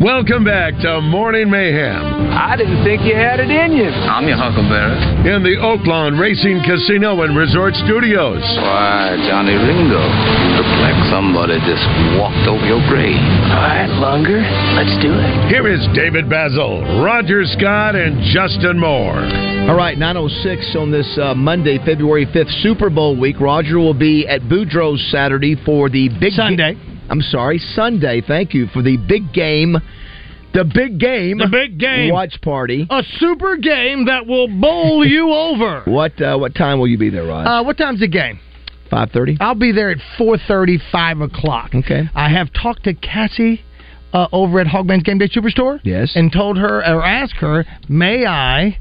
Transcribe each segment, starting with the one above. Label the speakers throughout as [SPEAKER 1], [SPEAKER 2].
[SPEAKER 1] Welcome back to Morning Mayhem
[SPEAKER 2] I didn't think you had it in you.
[SPEAKER 3] I'm your Huckleberry.
[SPEAKER 1] in the Oaklawn Racing Casino and Resort Studios.
[SPEAKER 3] Why, Johnny Ringo, you look like somebody just walked over your grave.
[SPEAKER 2] All right, Lunger, let's do it.
[SPEAKER 1] Here is David Basil, Roger Scott, and Justin Moore.
[SPEAKER 4] All right, 906 on this uh, Monday, February 5th, Super Bowl week. Roger will be at Boudreaux's Saturday for the big Sunday. I'm sorry, Sunday. Thank you for the big game. The big game. The
[SPEAKER 5] big game.
[SPEAKER 4] watch party.
[SPEAKER 5] A super game that will bowl you over.
[SPEAKER 4] What uh, what time will you be there, Rod?
[SPEAKER 5] Uh, what time's the game?
[SPEAKER 4] Five thirty.
[SPEAKER 5] I'll be there at 4.30, 5 o'clock.
[SPEAKER 4] Okay.
[SPEAKER 5] I have talked to Cassie uh, over at Hogman's Game Day Superstore.
[SPEAKER 4] Yes.
[SPEAKER 5] And told her, or asked her, may I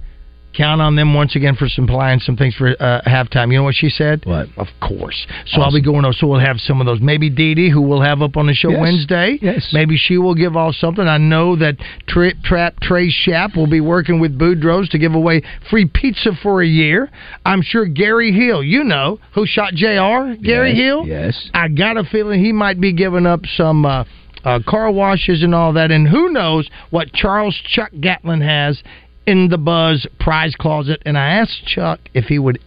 [SPEAKER 5] count on them once again for some pie and some things for uh, halftime? You know what she said?
[SPEAKER 4] What?
[SPEAKER 5] Of course. So I'll be going over, so we'll have some of those. Maybe Dee Dee, who we'll have up on the show
[SPEAKER 4] Yes.
[SPEAKER 5] Wednesday.
[SPEAKER 4] Yes.
[SPEAKER 5] Maybe she will give off something. I know that Trip Trap Trey Shapp will be working with Boudreaux to give away free pizza for a year. I'm sure Gary Hill, you know, who shot JR, Gary
[SPEAKER 4] Yes,
[SPEAKER 5] Hill.
[SPEAKER 4] Yes.
[SPEAKER 5] I got a feeling he might be giving up some uh, uh, car washes and all that. And who knows what Charles Chuck Gatlin has in the Buzz prize closet. And I asked Chuck if he would.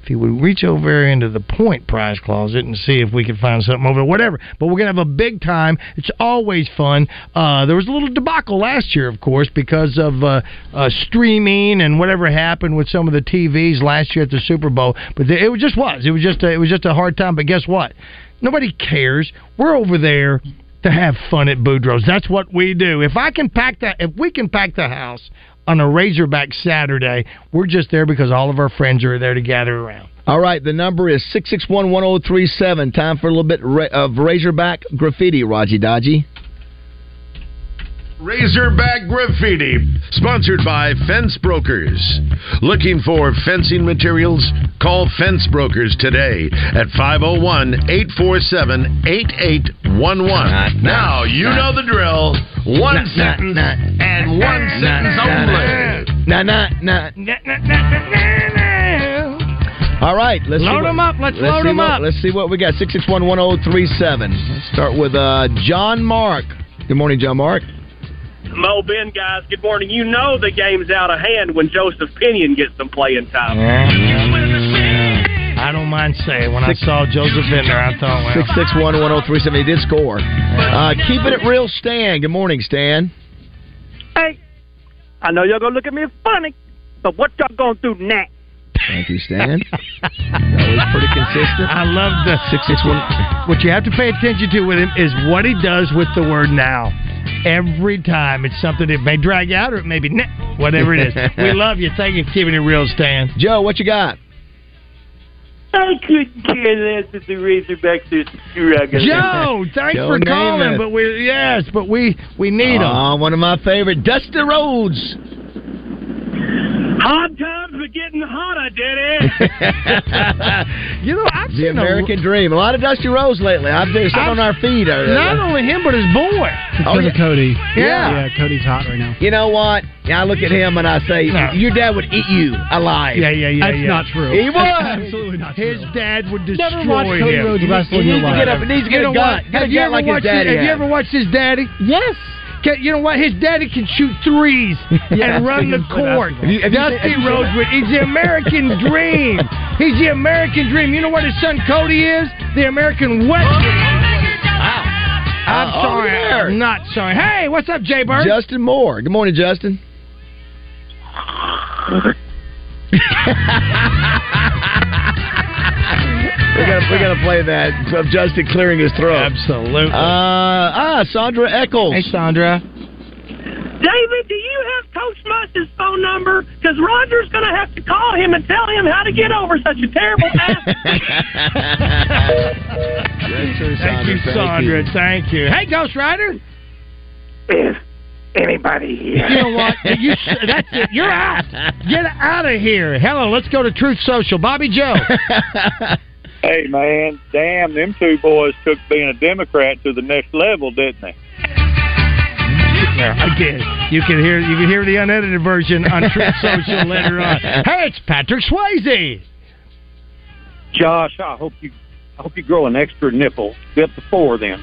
[SPEAKER 5] If he would reach over into the point prize closet and see if we could find something over whatever. But we're gonna have a big time. It's always fun. Uh, there was a little debacle last year, of course, because of uh, uh, streaming and whatever happened with some of the TVs last year at the Super Bowl. But it was just was. It was just a, it was just a hard time. But guess what? Nobody cares. We're over there to have fun at Boudreaux's. That's what we do. If I can pack the, if we can pack the house on a Razorback Saturday, we're just there because all of our friends are there to gather around.
[SPEAKER 4] All right, the number is 661-1037. Time for a little bit ra- of Razorback graffiti, Raji Dodgy.
[SPEAKER 1] Razorback Graffiti, sponsored by Fence Brokers. Looking for fencing materials? Call Fence Brokers today at 501 847 8811. Now, you know the drill. One sentence and one sentence only.
[SPEAKER 4] Nah, nah, nah. All right, let's
[SPEAKER 5] Load
[SPEAKER 4] see what-
[SPEAKER 5] 'em up. Let's load
[SPEAKER 4] see
[SPEAKER 5] 'em
[SPEAKER 4] what-
[SPEAKER 5] up.
[SPEAKER 4] Let's see what we got. Six six one one zero three seven. Let's start with uh, John Mark. Good morning, John Mark.
[SPEAKER 6] Mo Ben guys, good morning. You know the game's out of hand when Joseph Pinion gets some playing time.
[SPEAKER 5] I don't mind saying when I saw Joseph in there, I thought, well,
[SPEAKER 4] Six six one one zero three seven. He did score. Uh, keeping it real, Stan. Good morning, Stan.
[SPEAKER 6] Hey, I know y'all gonna look at me funny, but what y'all gonna do next?
[SPEAKER 4] Thank you, Stan. Always pretty consistent.
[SPEAKER 5] I love the
[SPEAKER 4] Six six one.
[SPEAKER 5] What you have to pay attention to with him is what he does with the word now. Every time it's something that may drag out or it may be nah, whatever it is. we love you. Thank you for keeping it real, Stan.
[SPEAKER 4] Joe, what you got?
[SPEAKER 6] I couldn't care less if the Razorbacks are struggling.
[SPEAKER 5] Joe, thanks
[SPEAKER 4] Joe
[SPEAKER 5] for
[SPEAKER 4] Namath.
[SPEAKER 5] calling. But we yes, but we we need him.
[SPEAKER 4] Ah, one of my favorite, Dusty Rhodes.
[SPEAKER 6] Hard times are getting hotter, Daddy.
[SPEAKER 5] you know, I've
[SPEAKER 4] The
[SPEAKER 5] seen a-
[SPEAKER 4] American Dream. A lot of Dusty Rhodes lately. I've been sitting
[SPEAKER 5] I've-
[SPEAKER 4] on our feet. over there.
[SPEAKER 5] not only him but his boy.
[SPEAKER 4] Oh, yeah.
[SPEAKER 7] Cody.
[SPEAKER 4] Yeah.
[SPEAKER 7] Yeah, Cody's hot right now.
[SPEAKER 4] You know what? I look at him and I say,
[SPEAKER 5] No.
[SPEAKER 4] your dad would eat you alive.
[SPEAKER 5] Yeah, yeah, yeah.
[SPEAKER 7] That's
[SPEAKER 5] yeah.
[SPEAKER 7] not true.
[SPEAKER 4] He would.
[SPEAKER 7] Absolutely not true.
[SPEAKER 5] His dad would destroy
[SPEAKER 7] Never watched Cody
[SPEAKER 5] him.
[SPEAKER 7] Rhodes wrestle in your
[SPEAKER 4] needs to
[SPEAKER 7] life.
[SPEAKER 4] get up. He needs to get
[SPEAKER 5] You know
[SPEAKER 4] a gut.
[SPEAKER 5] what?
[SPEAKER 4] Get a
[SPEAKER 5] Have you
[SPEAKER 4] gut
[SPEAKER 5] ever
[SPEAKER 4] like his
[SPEAKER 5] watched? his-
[SPEAKER 4] daddy
[SPEAKER 5] have you
[SPEAKER 4] had.
[SPEAKER 5] ever watched his daddy?
[SPEAKER 4] Yes.
[SPEAKER 5] Can, you know what? His daddy can shoot threes and run the court.
[SPEAKER 4] Have you- have you
[SPEAKER 5] Dusty
[SPEAKER 4] seen- have you
[SPEAKER 5] Rhodes, would- he's the American dream. He's the American dream. You know what his son Cody is? The American Western. I'm
[SPEAKER 4] Uh, over
[SPEAKER 5] sorry.
[SPEAKER 4] there.
[SPEAKER 5] I'm not sorry. Hey, what's up, Jay Bird?
[SPEAKER 4] Justin Moore. Good morning, Justin. we gotta we gotta play that of Justin clearing his throat.
[SPEAKER 5] Absolutely.
[SPEAKER 4] Uh, ah, Sandra Eccles.
[SPEAKER 5] hey, Sandra.
[SPEAKER 6] David, do you have Coach Musk's phone number? Because Roger's gonna have to call him and tell him how to get over such a terrible ass.
[SPEAKER 4] Yes, sir,
[SPEAKER 5] Thank you, Sandra. Thank you. Hey, Ghost Rider.
[SPEAKER 6] Is anybody here?
[SPEAKER 5] You know what? You, that's it. You're out. Get out of here. Hello, let's go to Truth Social. Bobby Joe.
[SPEAKER 8] Hey man, damn them two boys took being a Democrat to the next level, didn't they?
[SPEAKER 5] there. Again, you can hear you can hear the unedited version on Trip Social later on. Hey, it's Patrick Swayze.
[SPEAKER 8] Josh, I hope you I hope you grow an extra nipple. Be up to four then.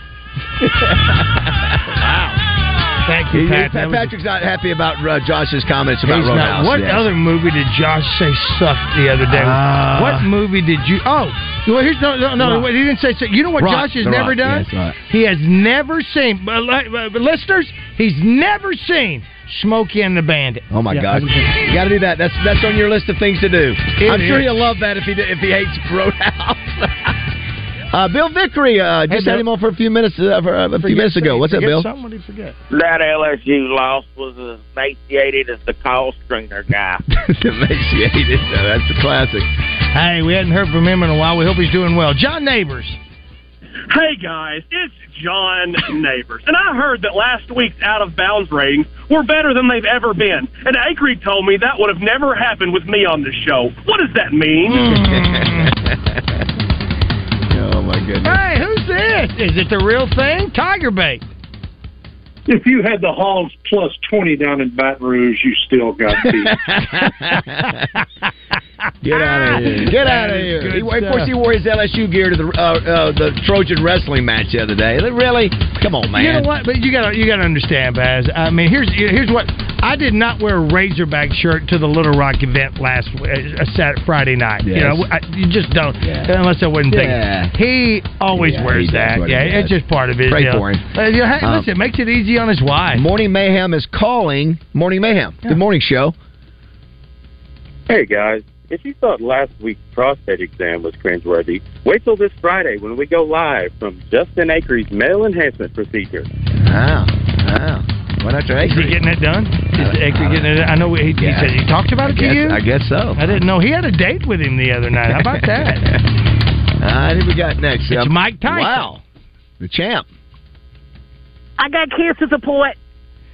[SPEAKER 5] Thank you,
[SPEAKER 4] He-
[SPEAKER 5] Pat.
[SPEAKER 4] Pat-
[SPEAKER 5] That was-
[SPEAKER 4] Patrick's not happy about uh, Josh's comments about
[SPEAKER 5] He's
[SPEAKER 4] Roadhouse.
[SPEAKER 5] not. What
[SPEAKER 4] yes.
[SPEAKER 5] other movie did Josh say sucked the other day?
[SPEAKER 4] Uh,
[SPEAKER 5] what movie did you? Oh, well, here's no, no, no.
[SPEAKER 4] Rock.
[SPEAKER 5] wait, He didn't say. suck. You know what
[SPEAKER 4] Rock,
[SPEAKER 5] Josh has
[SPEAKER 4] The
[SPEAKER 5] never
[SPEAKER 4] Rock,
[SPEAKER 5] done?
[SPEAKER 4] yes, Rock.
[SPEAKER 5] He has never seen. But, li- but but listeners, he's never seen Smokey and the Bandit.
[SPEAKER 4] Oh my
[SPEAKER 5] Yeah,
[SPEAKER 4] God! You got to do that. That's that's on your list of things to do.
[SPEAKER 5] It
[SPEAKER 4] I'm sure
[SPEAKER 5] is.
[SPEAKER 4] he'll love that if he did- if he hates Roadhouse. uh, Bill Vickery uh, just had
[SPEAKER 5] Bill.
[SPEAKER 4] him on for a few minutes uh, for, uh, a few
[SPEAKER 5] Forget-
[SPEAKER 4] minutes ago. What's up,
[SPEAKER 5] forget
[SPEAKER 4] Bill?
[SPEAKER 5] something? What did he forget?
[SPEAKER 9] That LSU loss was as emaciated as the call stringer guy.
[SPEAKER 4] Emaciated. Uh, That's the classic.
[SPEAKER 5] Hey, we hadn't heard from him in a while. We hope he's doing well. John Neighbors.
[SPEAKER 7] Hey guys, it's John Neighbors, and I heard that last week's out of bounds ratings were better than they've ever been. And Acree told me that would have never happened with me on this show. What does that mean?
[SPEAKER 4] oh my goodness!
[SPEAKER 5] Hey, who's this? Is it the real thing? Tiger Bait.
[SPEAKER 8] If you had the Hogs plus twenty down in Baton Rouge, you still got beat.
[SPEAKER 4] Get out of here! Ah! Get out of here! He, of course, he wore his LSU gear to the uh, uh, the Trojan wrestling match the other day. Really? Come on, man!
[SPEAKER 5] You know what? But you gotta you gotta understand, Baz. I mean, here's here's what I did not wear a Razorback shirt to the Little Rock event last uh, uh, Sat Friday night. You
[SPEAKER 10] Yes.
[SPEAKER 5] know, I, you just don't
[SPEAKER 10] Yeah.
[SPEAKER 5] unless I wasn't
[SPEAKER 10] Yeah.
[SPEAKER 5] thinking. He always
[SPEAKER 10] Yeah, he
[SPEAKER 5] wears
[SPEAKER 10] does
[SPEAKER 5] that.
[SPEAKER 10] what he
[SPEAKER 5] Yeah, it's
[SPEAKER 10] does.
[SPEAKER 5] just part of his
[SPEAKER 4] Pray
[SPEAKER 5] deal.
[SPEAKER 4] for him.
[SPEAKER 5] Uh, you know, hey,
[SPEAKER 4] Um,
[SPEAKER 5] listen, it makes it easy on his wife.
[SPEAKER 4] Morning Mayhem is calling. Morning Mayhem. Good morning, show.
[SPEAKER 11] Hey guys, if you thought last week's prostate exam was cringeworthy, wait till this Friday when we go live from Justin Acree's male enhancement procedure.
[SPEAKER 4] Wow. Wow. Why not
[SPEAKER 5] Is he getting it done? Is Eckrey getting it? I know he, he
[SPEAKER 4] Uh, Yeah.
[SPEAKER 5] said he talked about it
[SPEAKER 4] I
[SPEAKER 5] to
[SPEAKER 4] guess-
[SPEAKER 5] you.
[SPEAKER 4] I guess so.
[SPEAKER 5] I didn't know he had a date with him the other night. How about that?
[SPEAKER 4] All right, who we got next?
[SPEAKER 5] It's Mike Tyson.
[SPEAKER 4] Wow. The champ.
[SPEAKER 12] I got kids to support.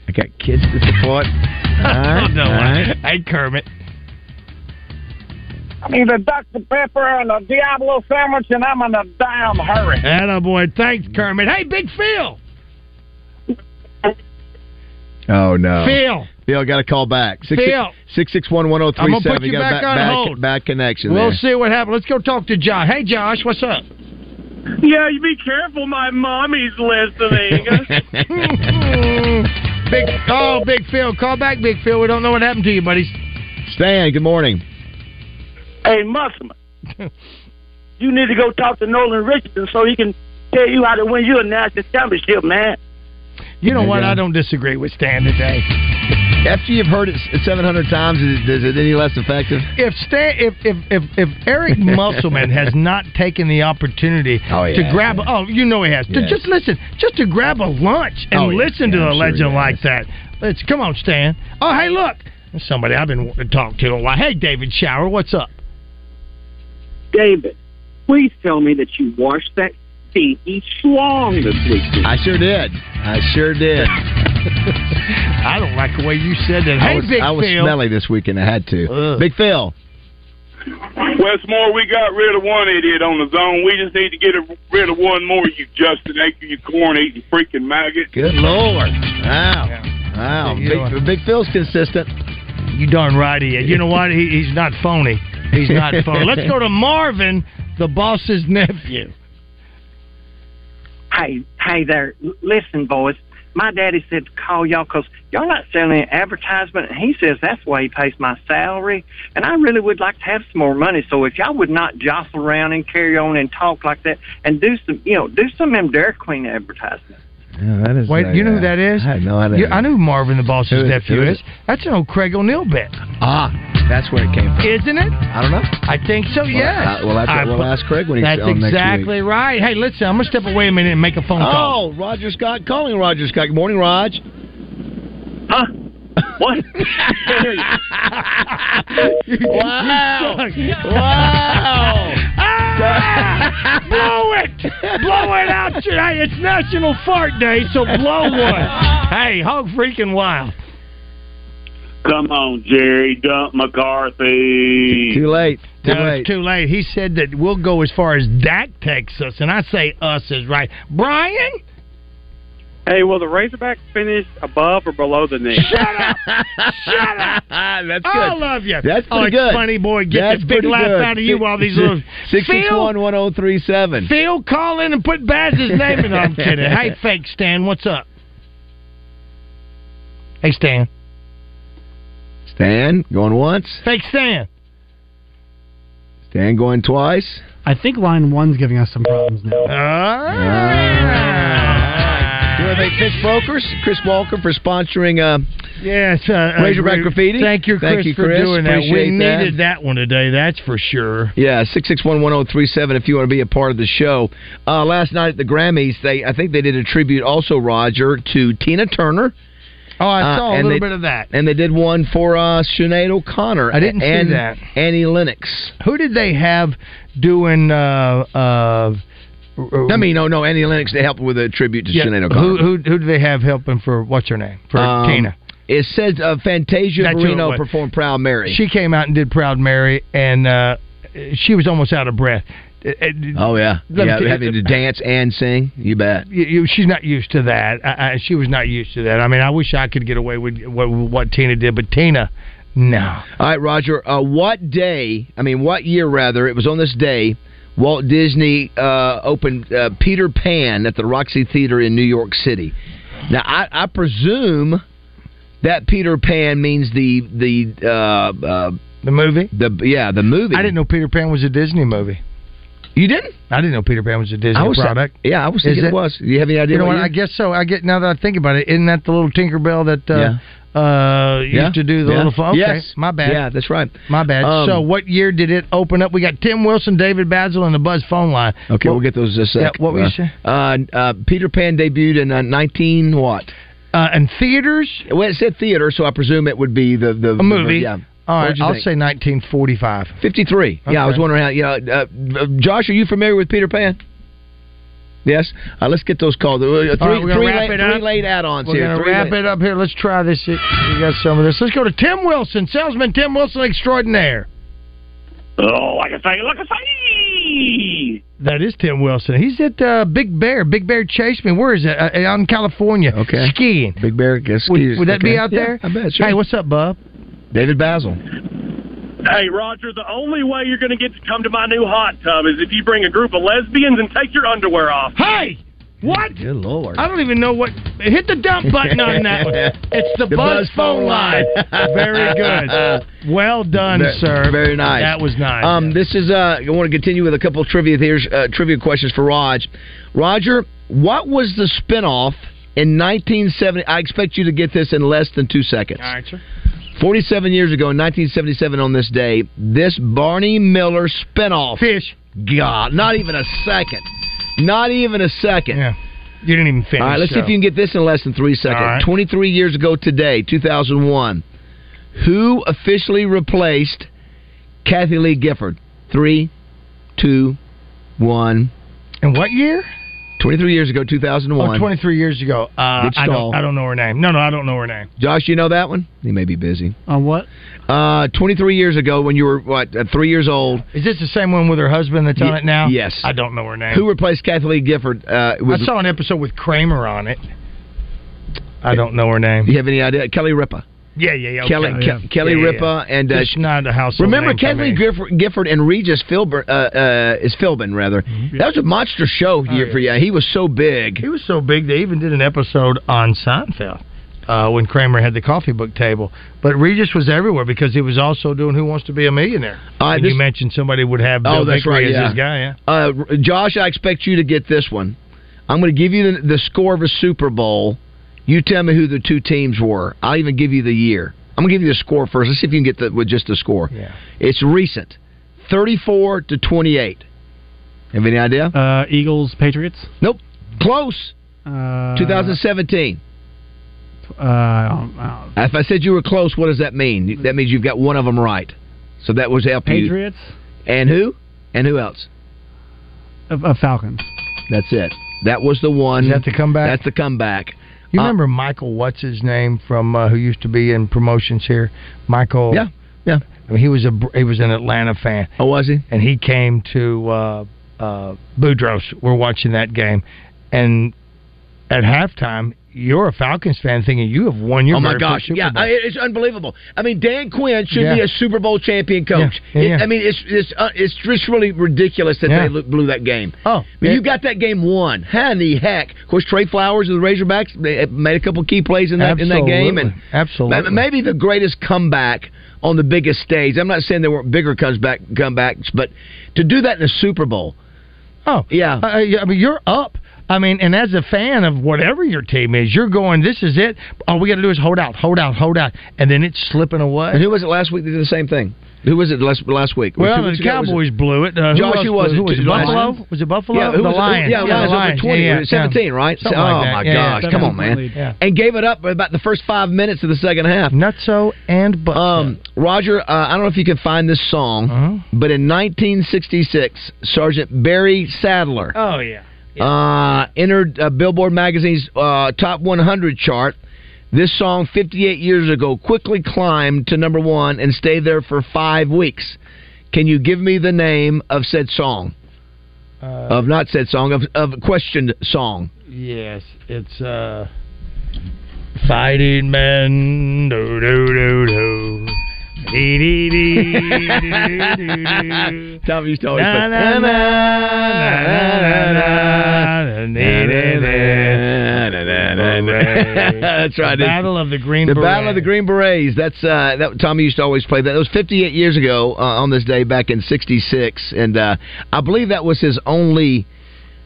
[SPEAKER 4] I got kids to support. All right.
[SPEAKER 5] no,
[SPEAKER 4] all right.
[SPEAKER 5] Hey, Kermit.
[SPEAKER 6] I need a Dr. Pepper and a Diablo sandwich, and I'm in a damn hurry.
[SPEAKER 5] Atta boy. Thanks, Kermit. Hey, Big Phil.
[SPEAKER 4] Oh no.
[SPEAKER 5] Phil.
[SPEAKER 4] Phil got a call back. Six
[SPEAKER 5] Phil.
[SPEAKER 4] six six one one zero
[SPEAKER 5] I'm
[SPEAKER 4] three
[SPEAKER 5] gonna put
[SPEAKER 4] seven.
[SPEAKER 5] you
[SPEAKER 4] got a
[SPEAKER 5] back on
[SPEAKER 4] back,
[SPEAKER 5] hold.
[SPEAKER 4] back connection
[SPEAKER 5] We'll
[SPEAKER 4] there.
[SPEAKER 5] see what happens. Let's go talk to Josh. Hey, Josh, what's up?
[SPEAKER 7] Yeah, you be careful. My mommy's listening.
[SPEAKER 5] Big oh, Big Phil, call back, Big Phil. We don't know what happened to you, buddy.
[SPEAKER 4] Stan, good morning.
[SPEAKER 6] Hey, Musselman, you need to go talk to Nolan Richardson so he can tell you how to win you a national championship, man.
[SPEAKER 5] You know
[SPEAKER 4] There you
[SPEAKER 5] what?
[SPEAKER 4] go.
[SPEAKER 5] I don't disagree with Stan today.
[SPEAKER 4] After you've heard it seven hundred times, is it, is it any less effective?
[SPEAKER 5] If Stan, if if if, if Eric Musselman has not taken the opportunity
[SPEAKER 4] Oh, yeah.
[SPEAKER 5] to grab, oh, you know he has. To
[SPEAKER 4] Yes.
[SPEAKER 5] just listen, just to grab a lunch and
[SPEAKER 4] Oh, yeah.
[SPEAKER 5] listen to
[SPEAKER 4] Yeah,
[SPEAKER 5] a
[SPEAKER 4] I'm sure he
[SPEAKER 5] legend like that. Let's come on, Stan. Oh, hey, look, There's somebody I've been wanting to talk to a while. Hey, David Shower, what's up?
[SPEAKER 6] David, please tell me that you washed that stinky schlong this week.
[SPEAKER 4] I sure did. I sure did.
[SPEAKER 5] I don't like the way you said that.
[SPEAKER 4] I
[SPEAKER 5] Hey,
[SPEAKER 4] was,
[SPEAKER 5] Big
[SPEAKER 4] I was
[SPEAKER 5] Phil.
[SPEAKER 4] smelly this weekend. I had to. Big Phil.
[SPEAKER 13] Westmore, we got rid of one idiot on the zone. We just need to get rid of one more, you Justin Aker, you corn eating freaking maggot.
[SPEAKER 4] Good lord! Wow, wow.
[SPEAKER 5] You know
[SPEAKER 4] Big, Big Phil's consistent.
[SPEAKER 5] You darn right he is. You know what? He, he's not phony. He's not phony. Let's go to Marvin, the boss's nephew.
[SPEAKER 14] Hey, hey there. L- Listen, boys. My daddy said to call y'all 'cause y'all not selling an advertisement, and he says that's why he pays my salary. And I really would like to have some more money. So if y'all would not jostle around and carry on and talk like that, and do some, you know, do some of them Dairy Queen advertisements.
[SPEAKER 4] that is. uh,
[SPEAKER 5] Wait, you know who that is?
[SPEAKER 4] I had no
[SPEAKER 5] You-
[SPEAKER 4] idea.
[SPEAKER 5] I knew who Marvin, the boss's
[SPEAKER 4] Who is-
[SPEAKER 5] nephew,
[SPEAKER 4] who
[SPEAKER 5] is.
[SPEAKER 4] is it?
[SPEAKER 5] That's an old Craig O'Neill bit,
[SPEAKER 4] ah, that's where it came from.
[SPEAKER 5] isn't it?
[SPEAKER 4] I don't know.
[SPEAKER 5] I think so.
[SPEAKER 4] Well,
[SPEAKER 5] yes.
[SPEAKER 4] I- we'll have to-
[SPEAKER 5] I-
[SPEAKER 4] we'll ask Craig when he's
[SPEAKER 5] That's
[SPEAKER 4] on next
[SPEAKER 5] exactly right. Hey, listen, I'm gonna step away a minute and make a phone call.
[SPEAKER 4] Oh, Roger Scott calling. Roger Scott. Good morning, Rog.
[SPEAKER 6] Huh? What?
[SPEAKER 4] wow!
[SPEAKER 5] Wow! blow it! Blow it out! Hey, it's National Fart Day, so blow one. Hey, hog freaking wild.
[SPEAKER 13] Come on, Jerry, dump McCarthy.
[SPEAKER 4] Too late.
[SPEAKER 5] No, it's too late. He said that we'll go as far as Dak takes us, and I say us is right. Brian?
[SPEAKER 10] Hey, will the Razorbacks finish above or below the knee?
[SPEAKER 5] Shut up! Shut up! That's I
[SPEAKER 4] good.
[SPEAKER 5] love you.
[SPEAKER 4] That's pretty
[SPEAKER 5] oh, it's
[SPEAKER 4] good.
[SPEAKER 5] funny boy. Get
[SPEAKER 4] That's
[SPEAKER 5] this big
[SPEAKER 4] pretty
[SPEAKER 5] laugh
[SPEAKER 4] good.
[SPEAKER 5] out of you while these little
[SPEAKER 4] six six
[SPEAKER 5] Phil,
[SPEAKER 4] one one zero three seven.
[SPEAKER 5] Phil, call in and put Baz's name in. No, I'm kidding. Hey, fake Stan, what's up? Hey, Stan.
[SPEAKER 4] Stan going once.
[SPEAKER 5] Fake Stan.
[SPEAKER 4] Stan going twice.
[SPEAKER 15] I think line one's giving us some problems now.
[SPEAKER 4] Do we thank Fish Brokers, Chris Walker for sponsoring. Uh,
[SPEAKER 5] yes, uh, uh,
[SPEAKER 4] Razorback
[SPEAKER 5] Ru-
[SPEAKER 4] graffiti.
[SPEAKER 5] Thank you, Chris,
[SPEAKER 4] Thank you,
[SPEAKER 5] for
[SPEAKER 4] Chris.
[SPEAKER 5] doing that. We
[SPEAKER 4] Appreciate that.
[SPEAKER 5] needed that one today. That's for sure.
[SPEAKER 4] Yeah, six six one one zero three seven. If you want to be a part of the show, uh, last night at the Grammys, they I think they did a tribute also Roger to Tina Turner.
[SPEAKER 5] Oh, I
[SPEAKER 4] Uh,
[SPEAKER 5] saw a
[SPEAKER 4] and
[SPEAKER 5] little
[SPEAKER 4] they-
[SPEAKER 5] bit of that.
[SPEAKER 4] and they did one for uh, Sinead O'Connor.
[SPEAKER 5] I didn't see
[SPEAKER 4] and
[SPEAKER 5] that.
[SPEAKER 4] Annie Lennox.
[SPEAKER 5] Who did they have doing? Uh, uh,
[SPEAKER 4] I mean, no, no, Annie Lennox to help with a tribute to
[SPEAKER 5] yeah,
[SPEAKER 4] Sinead
[SPEAKER 5] who,
[SPEAKER 4] O'Connor.
[SPEAKER 5] who who do they have helping for what's her name for
[SPEAKER 4] Um,
[SPEAKER 5] Tina?
[SPEAKER 4] It says uh, Fantasia
[SPEAKER 5] That's who it
[SPEAKER 4] Marino
[SPEAKER 5] was.
[SPEAKER 4] performed "Proud Mary."
[SPEAKER 5] She came out and did Proud Mary, and uh, she was almost out of breath. It- it-
[SPEAKER 4] oh yeah,
[SPEAKER 5] uh, Let me
[SPEAKER 4] yeah,
[SPEAKER 5] tell you-
[SPEAKER 4] having to dance and sing. You bet.
[SPEAKER 5] you, you, she's not used to that. I, I, she was not used to that. I mean, I wish I could get away with what, what Tina did, but Tina, no.
[SPEAKER 4] All right, Roger. Uh, what day? I mean, what year rather? It was on this day. Walt Disney uh, opened uh, Peter Pan at the Roxy Theater in New York City. Now, I, I presume that Peter Pan means the the uh, uh,
[SPEAKER 5] the movie.
[SPEAKER 4] The yeah, the movie.
[SPEAKER 5] I didn't know Peter Pan was a Disney movie.
[SPEAKER 4] You didn't?
[SPEAKER 5] I didn't know Peter Pan was a Disney
[SPEAKER 4] I was
[SPEAKER 5] product.
[SPEAKER 4] yeah, I was thinking it, was. You have any idea?
[SPEAKER 5] You know
[SPEAKER 4] what
[SPEAKER 5] what?
[SPEAKER 4] year?
[SPEAKER 5] I guess so. I get now that I think about it. Isn't that the little Tinkerbell that uh, uh, used
[SPEAKER 4] Yeah.
[SPEAKER 5] to do the
[SPEAKER 4] Yeah.
[SPEAKER 5] little phone? Okay,
[SPEAKER 4] Yes.
[SPEAKER 5] my bad.
[SPEAKER 4] Yeah, that's right.
[SPEAKER 5] My bad.
[SPEAKER 4] Um,
[SPEAKER 5] so, what year did it open up? We got Tim Wilson, David Basil, and the Buzz phone line.
[SPEAKER 4] Okay,
[SPEAKER 5] What-
[SPEAKER 4] we'll get those in a sec.
[SPEAKER 5] Yeah, what were you
[SPEAKER 4] Uh,
[SPEAKER 5] saying?
[SPEAKER 4] Uh, uh, Peter Pan debuted in uh, 19 what?
[SPEAKER 5] Uh, in theaters?
[SPEAKER 4] Well, it said theater, so I presume it would be the... the
[SPEAKER 5] a movie.
[SPEAKER 4] yeah.
[SPEAKER 5] All
[SPEAKER 4] What'd
[SPEAKER 5] right,
[SPEAKER 4] you
[SPEAKER 5] I'll
[SPEAKER 4] think?
[SPEAKER 5] say 1945.
[SPEAKER 4] 53. Yeah, I was
[SPEAKER 5] Okay.
[SPEAKER 4] wondering how... You know, uh, uh, Josh, are you familiar with Peter Pan? Yes? Uh, let's get those called. Uh, three
[SPEAKER 5] All right, we're gonna
[SPEAKER 4] three,
[SPEAKER 5] wrap
[SPEAKER 4] late,
[SPEAKER 5] it
[SPEAKER 4] three
[SPEAKER 5] up.
[SPEAKER 4] late add-ons
[SPEAKER 5] We're
[SPEAKER 4] here.
[SPEAKER 5] gonna
[SPEAKER 4] Three
[SPEAKER 5] wrap
[SPEAKER 4] late-
[SPEAKER 5] it up here. Let's try this. We got some of this. Let's go to Tim Wilson, salesman Tim Wilson extraordinaire.
[SPEAKER 16] Oh, like a thing, like a thing.
[SPEAKER 5] That is Tim Wilson. He's at uh, Big Bear. Big Bear Chase Me. Where is it? Uh, out in California. Okay. Skiing.
[SPEAKER 4] Big Bear gets
[SPEAKER 5] Would, would that
[SPEAKER 4] okay.
[SPEAKER 5] be out
[SPEAKER 4] Yeah,
[SPEAKER 5] there?
[SPEAKER 4] I bet, sure.
[SPEAKER 5] Hey, what's up, Bub?
[SPEAKER 4] David Basil.
[SPEAKER 7] Hey, Roger, the only way you're going to get to come to my new hot tub is if you bring a group of lesbians and take your underwear off.
[SPEAKER 5] Hey! What?
[SPEAKER 4] Good Lord.
[SPEAKER 5] I don't even know what. Hit the dump button on that one. It's the,
[SPEAKER 4] The
[SPEAKER 5] buzz,
[SPEAKER 4] buzz
[SPEAKER 5] phone
[SPEAKER 4] phone
[SPEAKER 5] line.
[SPEAKER 4] line.
[SPEAKER 5] Very good. Well done,
[SPEAKER 4] Ve-
[SPEAKER 5] sir.
[SPEAKER 4] Very nice.
[SPEAKER 5] That was nice.
[SPEAKER 4] Um, this is. Uh, I want to continue with a couple of trivia theaters, uh, trivia questions for Raj. Roger, what was the spinoff in 1970? I expect you to get this in less than two seconds.
[SPEAKER 5] All right, sir.
[SPEAKER 4] 47 years ago, in 1977, on this day, this Barney Miller spinoff.
[SPEAKER 5] Fish.
[SPEAKER 4] God, not even a second. Not even a second.
[SPEAKER 5] Yeah. You didn't even finish.
[SPEAKER 4] All right, let's see if
[SPEAKER 5] so.
[SPEAKER 4] you can get this in less than three seconds.
[SPEAKER 5] All right.
[SPEAKER 4] 23 years ago today, 2001, who officially replaced Kathy Lee Gifford? Three, two, one.
[SPEAKER 5] And what year?
[SPEAKER 4] 23 years ago,
[SPEAKER 5] Oh,
[SPEAKER 4] 2001.
[SPEAKER 5] 23 years ago. Uh,
[SPEAKER 4] Rich
[SPEAKER 5] I,
[SPEAKER 4] Dahl.
[SPEAKER 5] don't, I don't know her name. No, no, I don't know her name.
[SPEAKER 4] Josh, you know that one? He may be busy.
[SPEAKER 15] On what?
[SPEAKER 4] Uh, 23 years ago, when you were, what, uh, three years old,
[SPEAKER 5] Is this the same one with her husband that's on
[SPEAKER 4] Ye-
[SPEAKER 5] it now?
[SPEAKER 4] yes.
[SPEAKER 5] I don't know her name.
[SPEAKER 4] who replaced Kathy Lee Gifford? Uh,
[SPEAKER 5] I
[SPEAKER 4] with,
[SPEAKER 5] saw an episode with Kramer on it. I don't know her name.
[SPEAKER 4] You have any idea? Kelly Ripa.
[SPEAKER 5] Yeah, yeah, yeah.
[SPEAKER 4] Kelly,
[SPEAKER 5] okay,
[SPEAKER 4] Ke-
[SPEAKER 5] yeah.
[SPEAKER 4] Kelly
[SPEAKER 5] Yeah, yeah,
[SPEAKER 4] Ripa,
[SPEAKER 5] yeah.
[SPEAKER 4] and uh,
[SPEAKER 5] Just not a household
[SPEAKER 4] Remember
[SPEAKER 5] name for
[SPEAKER 4] Kathleen
[SPEAKER 5] me.
[SPEAKER 4] Gifford, Gifford and Regis Philbin uh, uh, is Philbin rather.
[SPEAKER 5] Mm-hmm.
[SPEAKER 4] That was a monster show year for you. He was so big. He
[SPEAKER 5] Oh, was so big they even did an episode on Seinfeld uh, when Kramer had the coffee book table. But Regis was everywhere because he was also doing Who Wants to Be a Millionaire.
[SPEAKER 4] Uh,
[SPEAKER 5] and
[SPEAKER 4] this-
[SPEAKER 5] you mentioned somebody would have Bill
[SPEAKER 4] oh, that's right.
[SPEAKER 5] Hickory as
[SPEAKER 4] Yeah.
[SPEAKER 5] his guy. Yeah.
[SPEAKER 4] Uh, R- Josh, I expect you to get this one. I'm going to give you the, the score of a Super Bowl. You tell me who the two teams were. I'll even give you the year. I'm going to give you the score first. Let's see if you can get the with just the score.
[SPEAKER 5] Yeah.
[SPEAKER 4] It's recent, 34 to 28. Have any idea?
[SPEAKER 15] Uh, Eagles, Patriots.
[SPEAKER 4] Nope. Close.
[SPEAKER 15] Uh,
[SPEAKER 4] 2017.
[SPEAKER 15] Uh, uh,
[SPEAKER 4] If I said you were close, what does that mean? That means you've got one of them right. So that was help you.
[SPEAKER 15] Patriots,
[SPEAKER 4] And who? And who else?
[SPEAKER 15] uh, uh, Falcons.
[SPEAKER 4] That's it. That was the one.
[SPEAKER 5] Is that the comeback?
[SPEAKER 4] That's the comeback.
[SPEAKER 5] You remember Michael? What's his name from uh, who used to be in promotions here? Michael.
[SPEAKER 4] Yeah, yeah.
[SPEAKER 5] I mean, he was a br- he was an Atlanta fan.
[SPEAKER 4] Oh, was he?
[SPEAKER 5] And he came to uh, uh, Boudreaux. We're watching that game, and at halftime, you're a Falcons fan thinking you have won your
[SPEAKER 4] oh my
[SPEAKER 5] very
[SPEAKER 4] gosh!
[SPEAKER 5] first Super
[SPEAKER 4] yeah,
[SPEAKER 5] Bowl.
[SPEAKER 4] I, it's unbelievable. I mean, Dan Quinn should
[SPEAKER 5] Yeah.
[SPEAKER 4] be a Super Bowl champion coach.
[SPEAKER 5] Yeah, yeah,
[SPEAKER 4] It-
[SPEAKER 5] yeah.
[SPEAKER 4] I mean, it's it's uh, it's just really ridiculous that
[SPEAKER 5] Yeah.
[SPEAKER 4] they lo- blew that game.
[SPEAKER 5] Oh,
[SPEAKER 4] I mean, you got that game won. How in the heck? Of course, Trey Flowers of the Razorbacks they uh, made a couple key plays in that in that game, and
[SPEAKER 5] absolutely.
[SPEAKER 4] Ma- Maybe the greatest comeback on the biggest stage. I'm not saying there weren't bigger comeback comebacks, but to do that in the Super Bowl.
[SPEAKER 5] Oh
[SPEAKER 4] yeah,
[SPEAKER 5] I, I mean you're up. I mean, and as a fan of whatever your team is, you're going, "This is it. All we got to do is hold out, hold out, hold out," and then it's slipping away.
[SPEAKER 4] And who was it last week that did the same thing? Who was it last last week? Or two
[SPEAKER 5] Well, the
[SPEAKER 4] weeks ago, was it-
[SPEAKER 5] Cowboys blew it. Uh,
[SPEAKER 4] Josh,
[SPEAKER 5] who, else
[SPEAKER 4] who was it?
[SPEAKER 5] Who was it?
[SPEAKER 4] The Lions?
[SPEAKER 5] Buffalo? Was it Buffalo?
[SPEAKER 4] Yeah, who
[SPEAKER 5] the
[SPEAKER 4] was it?
[SPEAKER 5] Lions.
[SPEAKER 4] Yeah, Lions
[SPEAKER 5] the
[SPEAKER 4] over
[SPEAKER 5] Lions.
[SPEAKER 4] 20,
[SPEAKER 5] Yeah, yeah,
[SPEAKER 4] 17,
[SPEAKER 5] yeah.
[SPEAKER 4] right?
[SPEAKER 5] Something
[SPEAKER 4] oh
[SPEAKER 5] like that.
[SPEAKER 4] my
[SPEAKER 5] Yeah, yeah,
[SPEAKER 4] gosh, come on,
[SPEAKER 5] definitely.
[SPEAKER 4] man!
[SPEAKER 5] Yeah.
[SPEAKER 4] And gave it up about the first five minutes of the second half.
[SPEAKER 5] Nutso and but
[SPEAKER 4] um, Roger, uh, I don't know if you can find this song,
[SPEAKER 5] Uh-huh.
[SPEAKER 4] but in 1966, Sergeant Barry Sadler
[SPEAKER 5] Oh yeah.
[SPEAKER 4] uh, entered uh, Billboard magazine's uh, top 100 chart. This song, 58 years ago, quickly climbed to number one and stayed there for five weeks. Can you give me the name of said song?
[SPEAKER 5] Uh,
[SPEAKER 4] of not said song of of questioned song.
[SPEAKER 5] Yes, it's uh, fighting men. Do do do do. Dee dee dee.
[SPEAKER 4] Tom used to always
[SPEAKER 5] Na,
[SPEAKER 4] play.
[SPEAKER 5] na, na, na, na, na, na, na, na,
[SPEAKER 4] That's right.
[SPEAKER 5] The Battle of the Green
[SPEAKER 4] The
[SPEAKER 5] Berets.
[SPEAKER 4] Battle of the Green Berets. That's uh, that. Tommy used to always play that. That was 58 years ago uh, on this day, back in '66, and uh, I believe that was his only.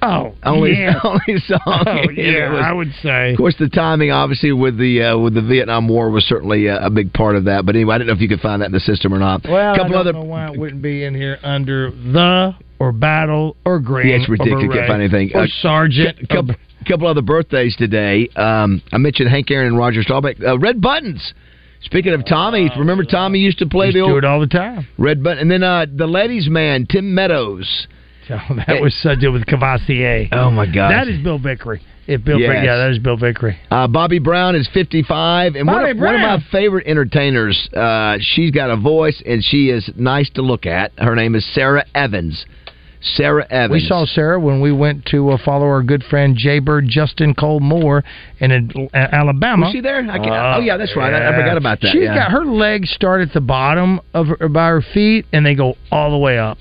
[SPEAKER 5] Oh,
[SPEAKER 4] only
[SPEAKER 5] yeah.
[SPEAKER 4] only song.
[SPEAKER 5] Oh,
[SPEAKER 4] And it
[SPEAKER 5] yeah,
[SPEAKER 4] was-
[SPEAKER 5] I would say.
[SPEAKER 4] Of course, the timing, obviously, with the uh, with the Vietnam War was certainly uh, a big part of that. But anyway, I didn't know if you could find that in the system or not.
[SPEAKER 5] Well,
[SPEAKER 4] couple
[SPEAKER 5] I don't
[SPEAKER 4] other
[SPEAKER 5] know why it wouldn't be in here under the or battle or green.
[SPEAKER 4] Yeah, it's
[SPEAKER 5] or
[SPEAKER 4] ridiculous. You
[SPEAKER 5] beret
[SPEAKER 4] can't find anything.
[SPEAKER 5] Or
[SPEAKER 4] Uh,
[SPEAKER 5] sergeant.
[SPEAKER 4] A couple, couple other birthdays today. Um, I mentioned Hank Aaron and Roger Staubach. Uh, Red Buttons. Speaking of Tommy, remember Tommy used to play
[SPEAKER 5] Uh, Used
[SPEAKER 4] the
[SPEAKER 5] to
[SPEAKER 4] old
[SPEAKER 5] do it all the time.
[SPEAKER 4] Red Button, and then uh, the ladies' man Tim Meadows.
[SPEAKER 5] that was such a with Cavassier.
[SPEAKER 4] Oh my God!
[SPEAKER 5] That is Bill Vickery. If Bill
[SPEAKER 4] Yes.
[SPEAKER 5] Vic- yeah, that is Bill Vickery.
[SPEAKER 4] Uh, Bobby Brown is 55, and one
[SPEAKER 5] Bobby
[SPEAKER 4] of, one of
[SPEAKER 5] Brown.
[SPEAKER 4] my favorite entertainers. Uh, she's got a voice, and she is nice to look at. Her name is Sarah Evans. Sarah Evans.
[SPEAKER 5] We saw Sarah when we went to uh, follow our good friend Jaybird Justin Cole Moore in Ad- uh, Alabama. Uh,
[SPEAKER 4] Was she there? I can't, oh yeah, that's right. I, I forgot about that.
[SPEAKER 5] She's
[SPEAKER 4] yeah.
[SPEAKER 5] got her legs start at the bottom of her, by her feet, and they go all the way up.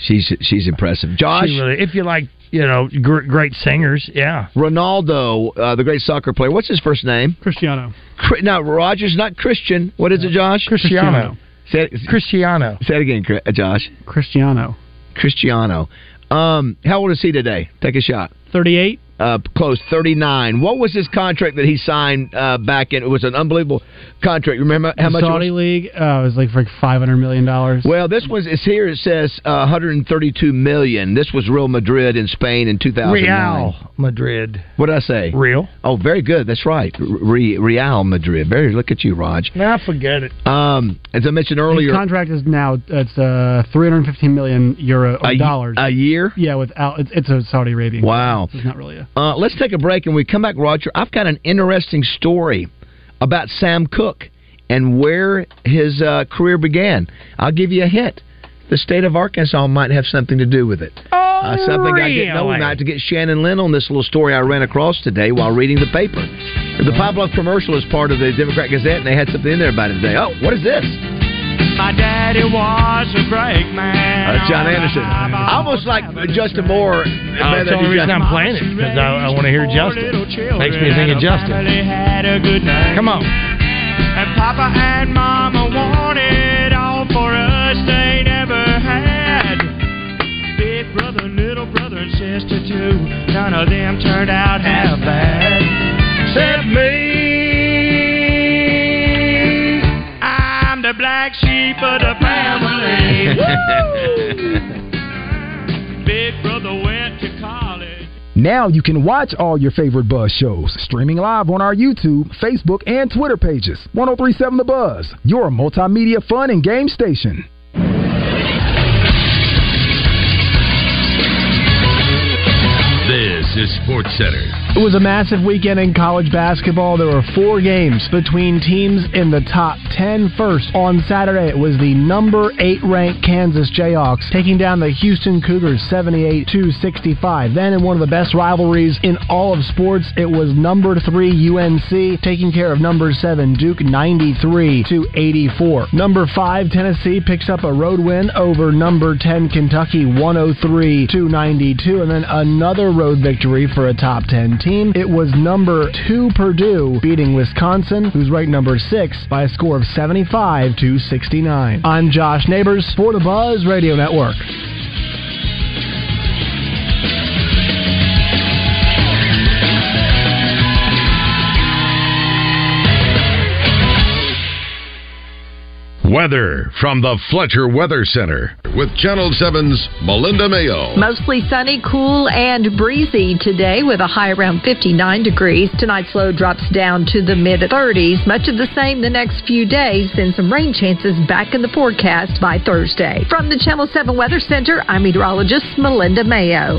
[SPEAKER 4] She's she's impressive. Josh,
[SPEAKER 5] She really, if you like, you know, gr- great singers, yeah.
[SPEAKER 4] Ronaldo, uh, the great soccer player. What's his first name?
[SPEAKER 17] Cristiano.
[SPEAKER 4] Cri- no, Rogers, not Christian. What is it, Josh?
[SPEAKER 17] Cristiano.
[SPEAKER 4] Say it,
[SPEAKER 5] Cristiano.
[SPEAKER 4] Say it again, Cri- uh, Josh.
[SPEAKER 17] Cristiano.
[SPEAKER 4] Cristiano. Um, how old is he today? Take a shot.
[SPEAKER 17] 38.
[SPEAKER 4] Uh, close, 39. What was his contract that he signed uh, back in? It was an unbelievable contract. Remember how
[SPEAKER 17] The
[SPEAKER 4] much? it
[SPEAKER 17] Saudi
[SPEAKER 4] was?
[SPEAKER 17] league? Uh, it was like for like five hundred million dollars.
[SPEAKER 4] Well, this was it's here. It says uh, 132 million. This was Real Madrid in Spain in 2009.
[SPEAKER 5] Real Madrid.
[SPEAKER 4] What did I say?
[SPEAKER 5] Real.
[SPEAKER 4] Oh, very good. That's right. Re- Real Madrid. Very. Look at you, Raj.
[SPEAKER 5] Now forget it.
[SPEAKER 4] Um, as I mentioned
[SPEAKER 17] His
[SPEAKER 4] earlier,
[SPEAKER 17] contract is now it's uh, 315 million euro or
[SPEAKER 4] A ye-
[SPEAKER 17] dollars
[SPEAKER 4] a year.
[SPEAKER 17] Yeah, without it's, it's a Saudi Arabian.
[SPEAKER 4] Wow.
[SPEAKER 17] it's not really a
[SPEAKER 4] Uh, let's take a break and we come back, Roger. I've got an interesting story about Sam Cook and where his uh, career began. I'll give you a hint. The state of Arkansas might have something to do with it. Oh, uh, something I didn't know. We
[SPEAKER 5] really?
[SPEAKER 4] might have to get Shannon Lynn on this little story I ran across today while reading the paper. The Pie Bluff commercial is part of the Democrat Gazette, and they had something in there about it today. Oh, what is this?
[SPEAKER 3] My daddy was a brake man.
[SPEAKER 4] Uh, John Anderson. Almost like Justin Moore.
[SPEAKER 5] Oh, that's the only reason I'm playing it because I, I want to hear Justin. Makes me think of Justin. Come on.
[SPEAKER 3] And Papa and Mama wanted all for us they never had. Big brother, little brother, and sister too. None of them turned out half bad. Except me. I'm the black sheep of the family. Woo! Big brother went to college.
[SPEAKER 12] Now you can watch all your favorite Buzz shows streaming live on our YouTube, Facebook, and Twitter pages. 1037 The Buzz, your multimedia fun and game station.
[SPEAKER 1] This is SportsCenter.
[SPEAKER 17] It was a massive weekend in college basketball. There were four games between teams in the top 10. First, on Saturday, it was the number 8 ranked Kansas Jayhawks taking down the Houston Cougars 78 to 65. Then, in one of the best rivalries in all of sports, it was number 3 UNC taking care of number 7 Duke 93 to 84. Number 5 Tennessee picks up a road win over number 10 Kentucky 103 to 92 and then another road victory for a top 10 team. It was number 2 Purdue beating Wisconsin who's ranked number 6 by a score of 75 to 69. I'm Josh Neighbors for the Buzz Radio Network.
[SPEAKER 1] Weather from the Fletcher Weather Center with Channel 7's Melinda Mayo.
[SPEAKER 18] Mostly sunny, cool, and breezy today with a high around 59 degrees. Tonight's low drops down to the mid 30s. Much of the same the next few days, then some rain chances back in the forecast by Thursday. From the Channel 7 Weather Center, I'm meteorologist Melinda Mayo.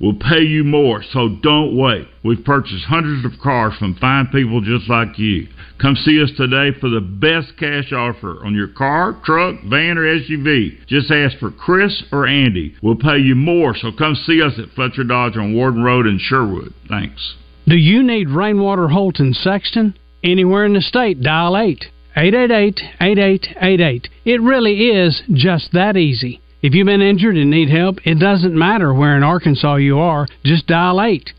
[SPEAKER 19] We'll pay you more, so don't wait. We've purchased hundreds of cars from fine people just like you. Come see us today for the best cash offer on your car, truck, van, or SUV. Just ask for Chris or Andy. We'll pay you more, so come see us at Fletcher Dodge on Warden Road in Sherwood. Thanks.
[SPEAKER 20] Do you need Rainwater Holt in Sexton? Anywhere in the state, dial 8. 888-8888. It really is just that easy. If you've been injured and need help, it doesn't matter where in Arkansas you are, just dial 8.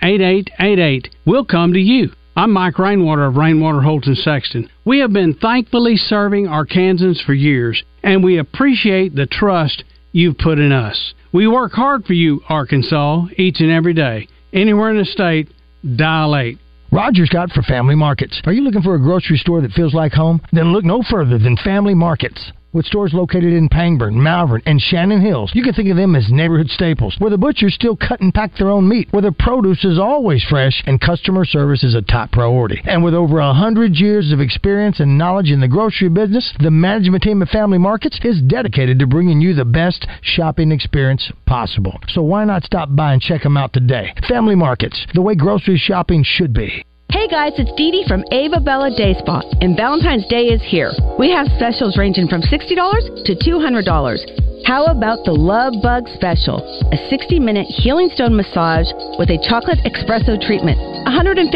[SPEAKER 20] 888-8888. We'll come to you. I'm Mike Rainwater of Rainwater Holton Sexton. We have been thankfully serving Arkansans for years, and we appreciate the trust you've put in us. We work hard for you, Arkansas, each and every day. Anywhere in the state, dial 8.
[SPEAKER 5] Roger's got for family markets. Are you looking for a grocery store that feels like home? Then look no further than Family Markets. With stores located in Pangburn, Malvern, and Shannon Hills, you can think of them as neighborhood staples, where the butchers still cut and pack their own meat, where the produce is always fresh, and customer service is a top priority. And with over a hundred years of experience and knowledge in the grocery business, the management team at Family Markets is dedicated to bringing you the best shopping experience possible. So why not stop by and check them out today? Family Markets, the way grocery shopping should be.
[SPEAKER 21] Hey guys, it's Dee Dee from Ava Bella Day Spa, and Valentine's Day is here. We have specials ranging from $60 to $200. How about the Love Bug Special? A 60 minute healing stone massage with a chocolate espresso treatment, $150.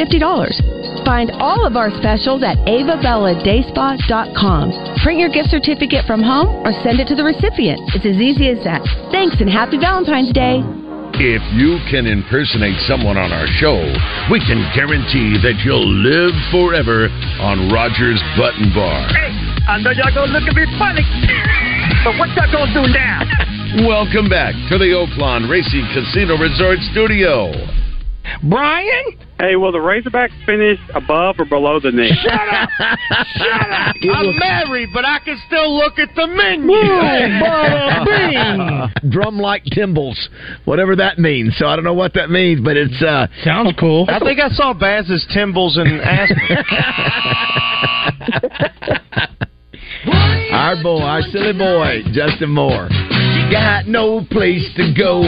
[SPEAKER 21] Find all of our specials at avabelladayspa.com. Print your gift certificate from home or send it to the recipient. It's as easy as that. Thanks and happy Valentine's Day.
[SPEAKER 1] If you can impersonate someone on our show, we can guarantee that you'll live forever on Roger's Button Bar.
[SPEAKER 2] Hey, I know y'all gonna look at me funny, but what y'all gonna do now?
[SPEAKER 1] Welcome back to the Oakland Racing Casino Resort Studio.
[SPEAKER 10] Brian? Hey, will the Razorbacks finish above or below the knee?
[SPEAKER 2] Shut up! Shut up! I'm married, but I can still look at the menu.
[SPEAKER 4] Drum like timbles, whatever that means. So I don't know what that means, but it's uh
[SPEAKER 5] sounds cool.
[SPEAKER 4] I think I saw Baz's timbles and
[SPEAKER 2] Aspen.
[SPEAKER 4] Our boy, our silly boy, Justin Moore. Got no place to go.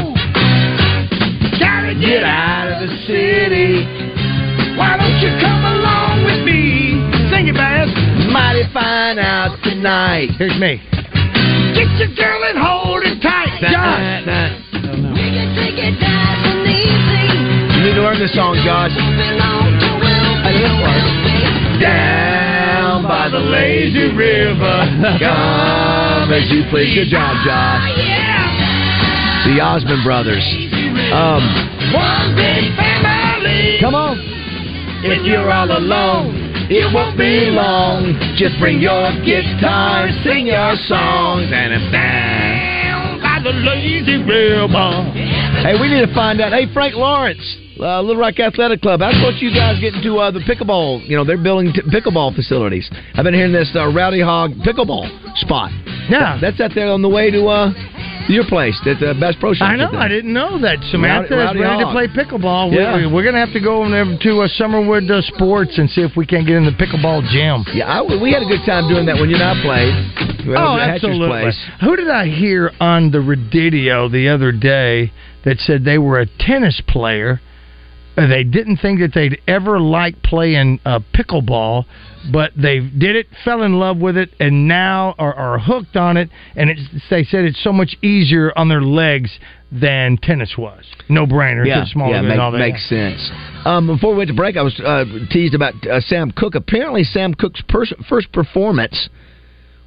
[SPEAKER 16] Gotta
[SPEAKER 4] get out of the city.
[SPEAKER 16] Why don't you come along with me? Sing it, Bass.
[SPEAKER 4] Mighty fine out tonight.
[SPEAKER 5] Here's me.
[SPEAKER 16] Get your girl and hold it tight. Josh.
[SPEAKER 4] You need to learn this song, Josh. Down by the lazy river. Come as you please. Good job, Josh. The Osmond Brothers. Um,
[SPEAKER 16] One big family.
[SPEAKER 4] Come on. If you're all alone, it won't be long. Just bring your guitar, sing your songs, and a down by the lazy river. Hey, we need to find out. Hey, Frank Lawrence, uh, Little Rock Athletic Club. How's what you guys getting to uh, the pickleball? You know, they're building t- pickleball facilities. I've been hearing this uh, Rowdy Hog pickleball spot. Yeah, that's out there on the way to uh, your place at the Best Pro Shop.
[SPEAKER 5] I know. I didn't know that. Samantha
[SPEAKER 4] Rowdy- Rowdy
[SPEAKER 5] is ready
[SPEAKER 4] Hog.
[SPEAKER 5] to play pickleball.
[SPEAKER 4] Yeah.
[SPEAKER 5] We, we, are going to have to go over there to uh, Summerwood uh, Sports and see if we can't get in the pickleball gym.
[SPEAKER 4] Yeah, I, we had a good time doing that when you and I played. We went over
[SPEAKER 5] oh,
[SPEAKER 4] to Hatcher's
[SPEAKER 5] absolutely.
[SPEAKER 4] place.
[SPEAKER 5] Who did I hear on the radio the other day that said they were a tennis player? uh, They didn't think that they'd ever like playing uh, pickleball, but they did it, fell in love with it, and now are, are hooked on it. And it's, they said it's so much easier on their legs than tennis was. No brainer.
[SPEAKER 4] Yeah,
[SPEAKER 5] it's smaller
[SPEAKER 4] yeah,
[SPEAKER 5] than
[SPEAKER 4] make-
[SPEAKER 5] all that.
[SPEAKER 4] makes sense. Um, before we went to break, I was uh, teased about uh, Sam Cook. Apparently, Sam Cook's pers- first performance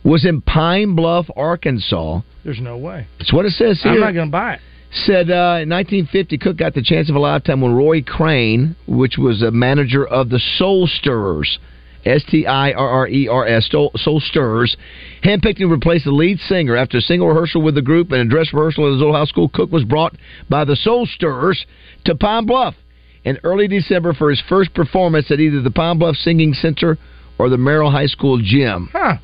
[SPEAKER 4] was in Pine Bluff, Arkansas.
[SPEAKER 5] There's no way.
[SPEAKER 4] That's what it says here.
[SPEAKER 5] I'm not going to buy it.
[SPEAKER 4] Said uh, in 1950, Cook got the chance of a lifetime when Roy Crane, which was a manager of the Soul Stirrers, S T I R R E R S, Soul Soul Stirrers, handpicked and replaced the lead singer. After a single rehearsal with the group and a dress rehearsal at his old house school, Cook was brought by the Soul Stirrers to Pine Bluff in early December for his first performance at either the Pine Bluff Singing Center or the Merrill High School gym.
[SPEAKER 5] Huh.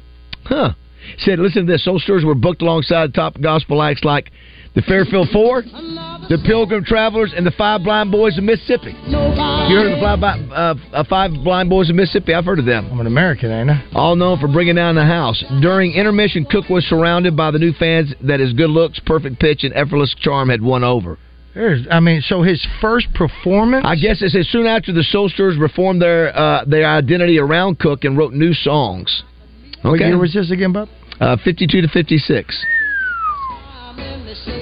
[SPEAKER 4] Huh. Said, listen to this. Soul Stirrers were booked alongside top gospel acts like the Fairfield Four, the Pilgrim Travelers, and the Five Blind Boys of Mississippi. You heard of the Five, Bi- uh, uh, Five Blind Boys of Mississippi? I've heard of them.
[SPEAKER 5] I'm an American, ain't I?
[SPEAKER 4] All known for bringing down the house. During intermission, Cook was surrounded by the new fans that his good looks, perfect pitch, and effortless charm had won over.
[SPEAKER 5] There's, I mean, so his first performance.
[SPEAKER 4] I guess it says soon after the Soulsters reformed their uh, their identity around Cook and wrote new songs.
[SPEAKER 5] What year was this again, Bob?
[SPEAKER 4] Uh, 52 to 56.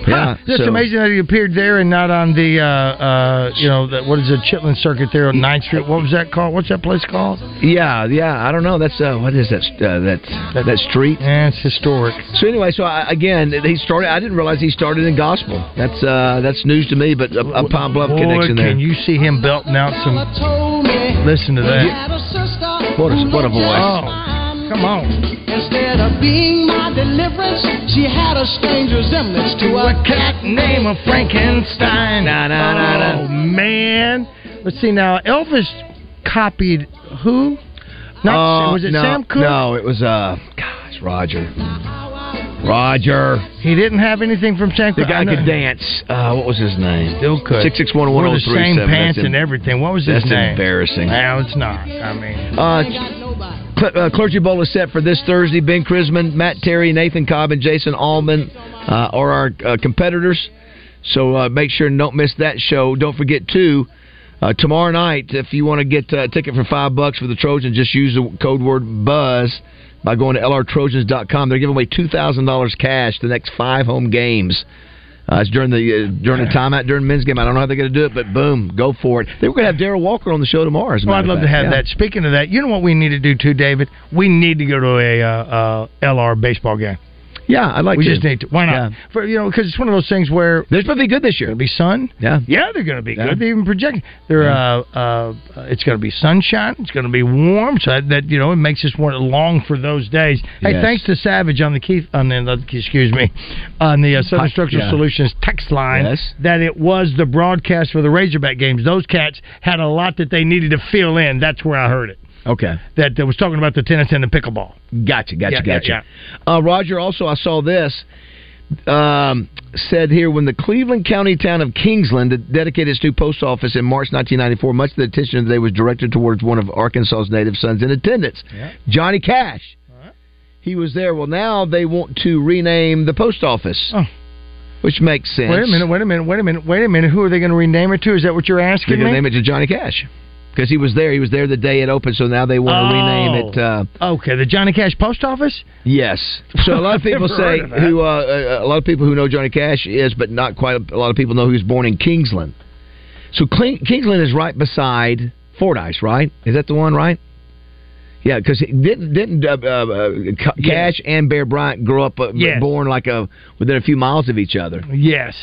[SPEAKER 5] Huh, just
[SPEAKER 4] so-
[SPEAKER 5] amazing that he appeared there and not on the, uh, uh, you know, the, what is the Chitlin Circuit there on 9th Street? What was that called? What's that place called?
[SPEAKER 4] Yeah, yeah. I don't know. That's uh, what is that st- uh, that, that street?
[SPEAKER 5] Yeah, it's historic.
[SPEAKER 4] So anyway, so I, again, he started. I didn't realize he started in gospel. That's uh, that's news to me. But a, a Pine Bluff
[SPEAKER 5] Boy,
[SPEAKER 4] connection there.
[SPEAKER 5] can you see him belting out some? Listen to that.
[SPEAKER 4] What a, what a voice!
[SPEAKER 5] Oh, come on.
[SPEAKER 16] Instead of being my deliverance, she had a strange resemblance to a cat
[SPEAKER 5] Name of Frankenstein.
[SPEAKER 4] Nah, nah, nah, nah.
[SPEAKER 5] Oh man. Let's see now. Elvis copied who? Not
[SPEAKER 4] Uh,
[SPEAKER 5] was it
[SPEAKER 4] no,
[SPEAKER 5] Sam Cooke?
[SPEAKER 4] No, it was uh, gosh, Roger. Roger.
[SPEAKER 5] He didn't have anything from Sam
[SPEAKER 4] The
[SPEAKER 5] Cooke.
[SPEAKER 4] guy
[SPEAKER 5] I know-
[SPEAKER 4] could dance. Uh, what was his name?
[SPEAKER 5] Still could.
[SPEAKER 4] Six six one one
[SPEAKER 5] Wore
[SPEAKER 4] zero
[SPEAKER 5] the
[SPEAKER 4] three
[SPEAKER 5] same
[SPEAKER 4] seven.
[SPEAKER 5] pants and everything. What was his
[SPEAKER 4] that's
[SPEAKER 5] name?
[SPEAKER 4] embarrassing.
[SPEAKER 5] No, it's not. I mean,
[SPEAKER 4] Uh, Cl- uh, Clergy Bowl is set for this Thursday. Ben Crisman, Matt Terry, Nathan Cobb, and Jason Allman uh, are our uh, competitors. So uh, make sure and don't miss that show. Don't forget too. Uh, tomorrow night, if you want to get uh, a ticket for five bucks for the Trojans, just use the code word buzz by going to lrtrojans.com. They're giving away two thousand dollars cash the next five home games. Uh, it's during the uh, during the timeout during men's game. I don't know how they're going to do it, but boom, go for it. They were going to have Daryl Walker on the show tomorrow. As a
[SPEAKER 5] well, I'd
[SPEAKER 4] matter of
[SPEAKER 5] love to
[SPEAKER 4] fact.
[SPEAKER 5] have
[SPEAKER 4] Yeah.
[SPEAKER 5] that. Speaking of that, you know what we need to do too, David? We need to go to a uh, uh, LR baseball game.
[SPEAKER 4] Yeah, I'd like
[SPEAKER 5] we
[SPEAKER 4] to.
[SPEAKER 5] just need to. Why not? For, you know, because it's one of those things where
[SPEAKER 4] they're supposed to be good this year. It'll
[SPEAKER 5] be sun.
[SPEAKER 4] Yeah,
[SPEAKER 5] yeah, they're going to be
[SPEAKER 4] Yeah.
[SPEAKER 5] good. They even project. They're uh, uh, uh, it's going to be sunshine. It's going to be warm. So that, that you know, it makes us want to long for those days. Hey,
[SPEAKER 4] Yes.
[SPEAKER 5] thanks to Savage on the Keith on the uh, excuse me on the uh, Southern
[SPEAKER 4] Hi,
[SPEAKER 5] Structural
[SPEAKER 4] yeah.
[SPEAKER 5] Solutions text line
[SPEAKER 4] Yes.
[SPEAKER 5] that it was the broadcast for the Razorback games. Those cats had a lot that they needed to fill in. That's where I heard it.
[SPEAKER 4] Okay.
[SPEAKER 5] That that was talking about the tennis and the pickleball.
[SPEAKER 4] Gotcha, gotcha,
[SPEAKER 5] Yeah, yeah,
[SPEAKER 4] gotcha. Uh, Roger, also, I saw this. Um, said here when the Cleveland County town of Kingsland dedicated its new post office in March 1994, much of the attention today was directed towards one of Arkansas's native sons in attendance, Johnny Cash. He was there. Well, now they want to rename the post office, which makes sense.
[SPEAKER 5] Oh. Wait a minute, wait a minute, wait a minute, wait a minute. Who are they going to rename it to? Is that what you're
[SPEAKER 4] They're
[SPEAKER 5] asking
[SPEAKER 4] going
[SPEAKER 5] me?
[SPEAKER 4] to name it to Johnny Cash because he was there. He was there the day it opened. So now they want
[SPEAKER 5] Oh.
[SPEAKER 4] to rename it. Uh,
[SPEAKER 5] okay, the Johnny Cash Post Office.
[SPEAKER 4] Yes. So a lot of
[SPEAKER 5] I've
[SPEAKER 4] people
[SPEAKER 5] never heard
[SPEAKER 4] say
[SPEAKER 5] of that.
[SPEAKER 4] who uh, a lot of people who know Johnny Cash is, but not quite a lot of people know he was born in Kingsland. So Cle- Kingsland is right beside Fordyce, right? Is that the one, right? Yeah, because didn't didn't uh, uh, Ca- Cash and Bear Bryant grow up uh, b-
[SPEAKER 5] Yes.
[SPEAKER 4] born like a within a few miles of each other?
[SPEAKER 5] Yes.